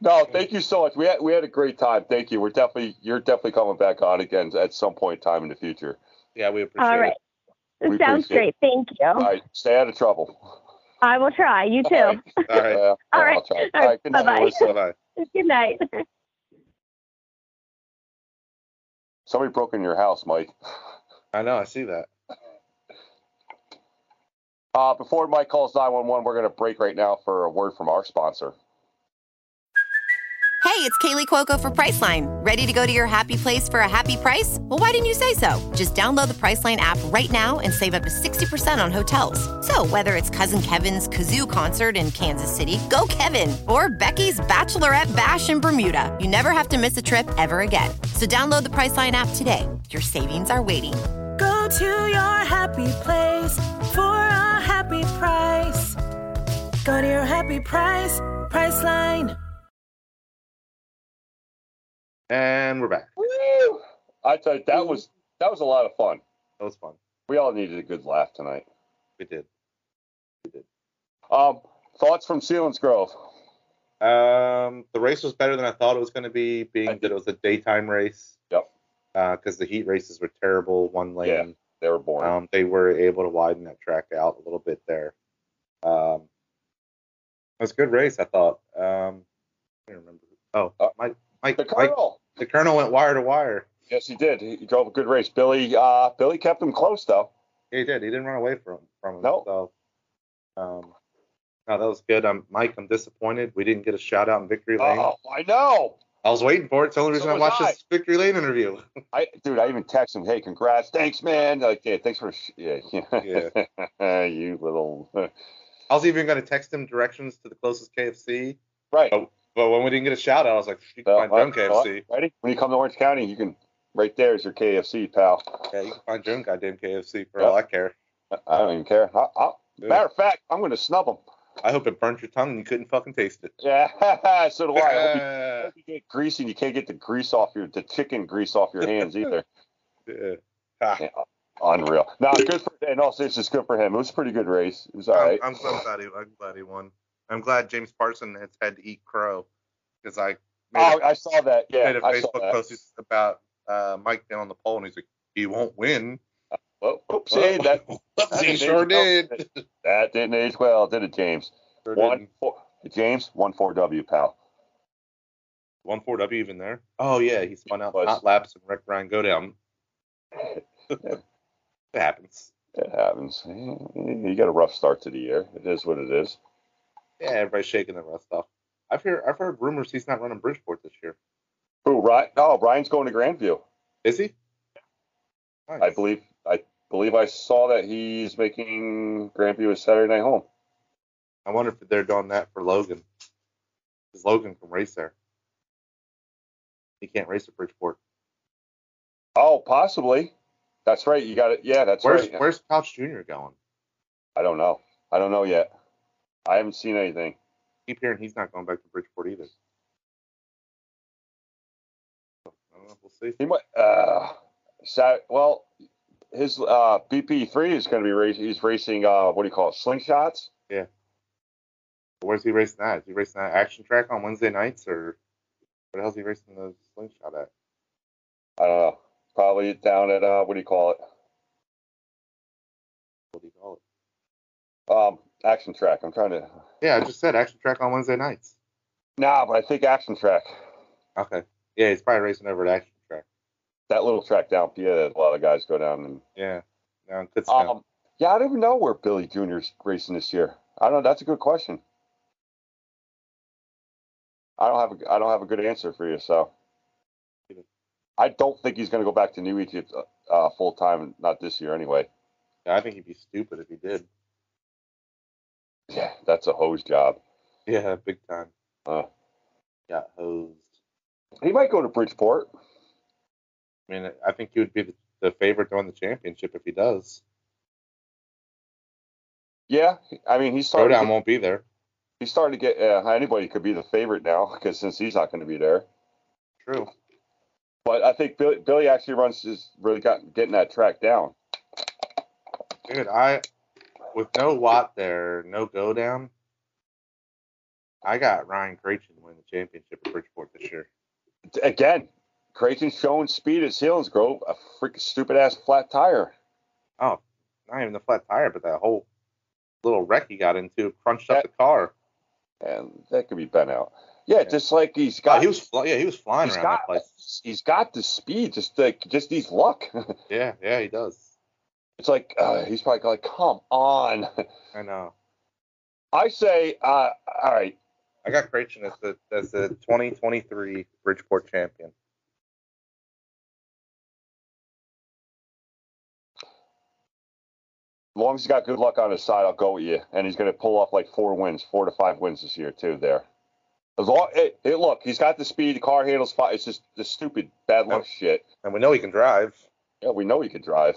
Speaker 1: No, thank you so much. We had we had a great time. Thank you. We're definitely you're definitely coming back on again at some point in time in the future.
Speaker 2: Yeah, we appreciate
Speaker 3: All right.
Speaker 2: it.
Speaker 1: We
Speaker 3: Sounds
Speaker 1: appreciate
Speaker 3: great. Thank you.
Speaker 1: All right, stay out of trouble.
Speaker 3: I will try. Oh. You too.
Speaker 1: All right.
Speaker 2: All right.
Speaker 1: Yeah,
Speaker 3: All right.
Speaker 1: I'll try.
Speaker 3: All right.
Speaker 1: good night,
Speaker 3: Bye-bye.
Speaker 1: Melissa.
Speaker 2: Bye bye.
Speaker 3: Good night.
Speaker 1: Somebody broke in your house, Mike.
Speaker 2: I know. I see that.
Speaker 1: Uh, before Mike calls 911, we're going to break right now for a word from our sponsor.
Speaker 4: Hey, it's Kaylee Cuoco for Priceline. Ready to go to your happy place for a happy price? Well, why didn't you say so? Just download the Priceline app right now and save up to 60% on hotels. So, whether it's Cousin Kevin's Kazoo concert in Kansas City, go Kevin, or Becky's Bachelorette Bash in Bermuda, you never have to miss a trip ever again. So, download the Priceline app today. Your savings are waiting.
Speaker 5: Go to your happy place for a happy price. Go to your happy price, Priceline.
Speaker 2: And we're back.
Speaker 1: Woo! I tell you,
Speaker 3: Mm.
Speaker 1: that was that was a lot of fun.
Speaker 2: That was fun.
Speaker 1: We all needed a good laugh tonight.
Speaker 2: We did.
Speaker 1: Um, thoughts from Sealands Grove.
Speaker 2: Um, the race was better than I thought it was going to be,
Speaker 1: I
Speaker 2: being
Speaker 1: think-
Speaker 2: that it was a daytime race.
Speaker 1: Yep.
Speaker 2: Because the heat races were terrible, one lane.
Speaker 1: They were boring.
Speaker 2: Um, they were able to widen that track out a little bit there. Um, it was a good race, I thought. Um, I can't remember. Oh,
Speaker 1: Uh,
Speaker 2: Mike, Mike,
Speaker 1: the
Speaker 2: Mike,
Speaker 1: Colonel.
Speaker 2: the Colonel went wire to wire.
Speaker 1: Yes, he did. He drove a good race. Billy uh, Billy kept him close though.
Speaker 2: He did. He didn't run away from from him.
Speaker 1: No.
Speaker 2: So, um, no, that was good. Um, Mike, I'm disappointed we didn't get a shout out in victory lane.
Speaker 1: Oh, I know.
Speaker 2: I was waiting for it. It's the only reason
Speaker 1: So
Speaker 2: I
Speaker 1: was
Speaker 2: watched
Speaker 1: I.
Speaker 2: this Victory Lane interview.
Speaker 1: I dude, I even text him, "Hey, congrats, thanks, man." Like, yeah, thanks for sh- yeah, yeah. you little
Speaker 2: I was even going to text him directions to the closest KFC,
Speaker 1: right.
Speaker 2: Oh, but when we didn't get a shout out, I was like, you can
Speaker 1: So,
Speaker 2: find your own
Speaker 1: uh, uh,
Speaker 2: KFC.
Speaker 1: Ready? When you come to Orange County, you can right there is your KFC, pal.
Speaker 2: Yeah, you can find your own goddamn KFC for
Speaker 1: Yeah.
Speaker 2: all I care.
Speaker 1: I- I don't even care. I, I,
Speaker 2: Yeah.
Speaker 1: matter of fact, I'm gonna snub him.
Speaker 2: I hope it burnt your tongue and you couldn't fucking taste it.
Speaker 1: Yeah, so do I. I hope you- I
Speaker 2: Yeah.
Speaker 1: hope you get greasy and you can't get the grease off your the chicken grease off your hands either.
Speaker 2: Ah,
Speaker 1: Yeah, unreal. Now, good for and also it's just good for him. It was a pretty good race. It was all
Speaker 2: I'm,
Speaker 1: right.
Speaker 2: I'm so glad he, I'm glad he won. I'm glad James Parson has had to eat crow because I made a
Speaker 1: oh, I saw that. Yeah,
Speaker 2: made a
Speaker 1: I saw
Speaker 2: Facebook
Speaker 1: that.
Speaker 2: post about uh, Mike down on the poll, and he's like, "He won't win."
Speaker 1: Well, oopsie, that that
Speaker 2: he
Speaker 1: didn't
Speaker 2: sure
Speaker 1: age
Speaker 2: did.
Speaker 1: well. That didn't age well, did it, James?
Speaker 2: Sure
Speaker 1: One
Speaker 2: didn't.
Speaker 1: four, James one four W pal.
Speaker 2: one four W even there. Oh yeah, he spun out
Speaker 1: Was.
Speaker 2: hot laps and wrecked Ryan go down. it happens.
Speaker 1: It happens. You got a rough start to the year. It is what it is.
Speaker 2: Yeah, everybody's shaking their rust off. I've heard I've heard rumors he's not running Bridgeport this year.
Speaker 1: Who? Ryan? Oh, Ryan's going to Grandview.
Speaker 2: Is he? Nice.
Speaker 1: I believe. I believe I saw that he's making Grandview a Saturday night home.
Speaker 2: I wonder if they're doing that for Logan. Because Logan can race there. He can't race at Bridgeport.
Speaker 1: Oh, possibly. That's right. You got it. Yeah, that's
Speaker 2: where's
Speaker 1: right.
Speaker 2: Where's Couch Junior going?
Speaker 1: I don't know. I don't know yet. I haven't seen anything.
Speaker 2: keep hearing he's not going back to Bridgeport either. I don't know. We'll see.
Speaker 1: He might. Uh, Sat, well, his uh, BP3 is going to be racing. He's racing. Uh, what do you call it? Slingshots.
Speaker 2: Where's he racing at? Is he racing at Action Track on Wednesday nights, or where the hell's he racing the slingshot at?
Speaker 1: I don't know. Uh, Probably down at uh, what do you call it?
Speaker 2: What do you call it?
Speaker 1: Um, action track. I'm trying to.
Speaker 2: Yeah, I just said Action Track on Wednesday nights.
Speaker 1: Nah, but I think action track.
Speaker 2: Okay. Yeah, he's probably racing over at Action Track.
Speaker 1: That little track down. Yeah, a lot of guys go down and.
Speaker 2: Yeah. No, in Kutztown.
Speaker 1: Um, yeah, I don't even know where Billy Junior's racing this year. I don't. That's a good question. I don't have a. I don't have a good answer for you. So, I don't think he's going to go back to New Egypt uh, uh, full time. Not this year, anyway.
Speaker 2: Yeah, I think he'd be stupid if he did.
Speaker 1: Yeah, that's a hose job.
Speaker 2: Yeah, big time.
Speaker 1: Uh,
Speaker 2: Got hosed.
Speaker 1: he might go to Bridgeport.
Speaker 2: I mean, I think he would be the, the favorite to win the championship if he does.
Speaker 1: Yeah, I mean he's starting. To
Speaker 2: Rodown
Speaker 1: get,
Speaker 2: won't be there.
Speaker 1: he's starting to get uh, anybody could be the favorite now because since he's not going to be there.
Speaker 2: True.
Speaker 1: But I think Billy, Billy actually runs is really got getting that track down.
Speaker 2: Dude, I with no Watt there, no go down. I got Ryan Krejci to win the championship at Bridgeport this year.
Speaker 1: again, Creighton's showing speed at Sealands Grove, a freaking stupid ass flat tire.
Speaker 2: Oh, not even the flat tire, but that whole little wreck he got into crunched up the car.
Speaker 1: And that could be bent out. Yeah, just like he's
Speaker 2: God,
Speaker 1: got
Speaker 2: Oh, he was fly, yeah, he was flying
Speaker 1: he's
Speaker 2: around
Speaker 1: got
Speaker 2: that place.
Speaker 1: he's got the speed, just like just needs luck.
Speaker 2: Yeah, yeah, he does.
Speaker 1: it's like uh, he's probably like, come on.
Speaker 2: I know.
Speaker 1: I say, uh, all right,
Speaker 2: I got Krejci as the as the 2023 Bridgeport champion.
Speaker 1: as long as he's got good luck on his side, I'll go with you. And he's gonna pull off like four wins, four to five wins this year too. There. As long, it, it, look, he's got the speed. The car handles fine. It's just the stupid bad luck shit.
Speaker 2: And we know he can drive.
Speaker 1: Yeah, we know he can drive.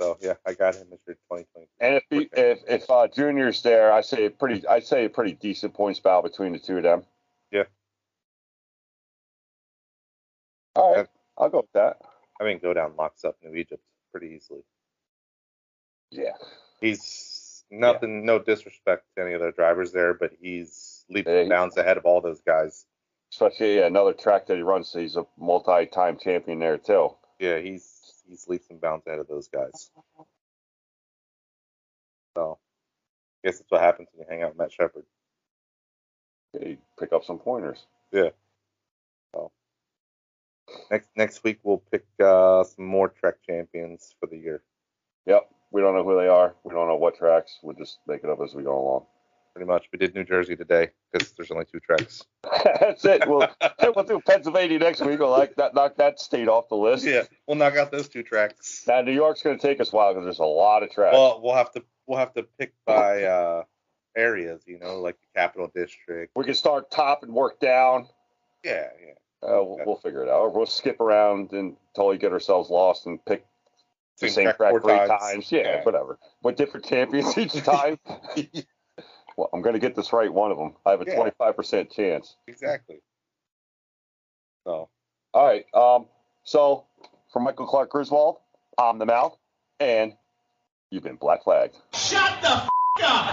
Speaker 2: So yeah, I got him as your 2023.
Speaker 1: And if he, if if uh, Junior's there, I say a pretty I say a pretty decent points battle between the two of them.
Speaker 2: Yeah.
Speaker 1: All right,
Speaker 2: Okay.
Speaker 1: I'll go with that.
Speaker 2: I mean, go down locks up New Egypt pretty easily.
Speaker 1: Yeah,
Speaker 2: he's nothing no disrespect to any of their drivers there but he's leaps
Speaker 1: Yeah,
Speaker 2: and
Speaker 1: he-
Speaker 2: bounds ahead of all those guys
Speaker 1: especially yeah, another track that he runs. He's a multi-time champion there too.
Speaker 2: yeah he's he's leaps and bounds ahead of those guys so i guess that's what happens when you hang out with matt shepard
Speaker 1: He pick up some pointers.
Speaker 2: next next week we'll pick uh some more trek champions for the year
Speaker 1: Yep, we don't know who they are. We don't know what tracks. We'll just make it up as we go along.
Speaker 2: pretty much. We did New Jersey today because there's only two tracks.
Speaker 1: That's it. We'll, we'll do Pennsylvania next week. We'll like that, knock that state off the list.
Speaker 2: yeah, we'll knock out those two tracks.
Speaker 1: Now New York's going to take us a while because there's a lot of tracks.
Speaker 2: Well, we'll have to we'll have to pick by uh, areas, you know, like the Capital District.
Speaker 1: we can start top and work down.
Speaker 2: Yeah, yeah.
Speaker 1: Uh, we'll, we'll figure it out. Or we'll skip around and totally get ourselves lost and pick the same, track,
Speaker 2: four
Speaker 1: three times. Yeah, whatever. With different champions each time. well, I'm going to get this right one of them. I have a
Speaker 2: Yeah.
Speaker 1: 25% chance.
Speaker 2: exactly. So
Speaker 1: All right. Um, so, for Michael Clark Griswold, I'm the mouth, and you've been black flagged.
Speaker 6: Shut the f- up!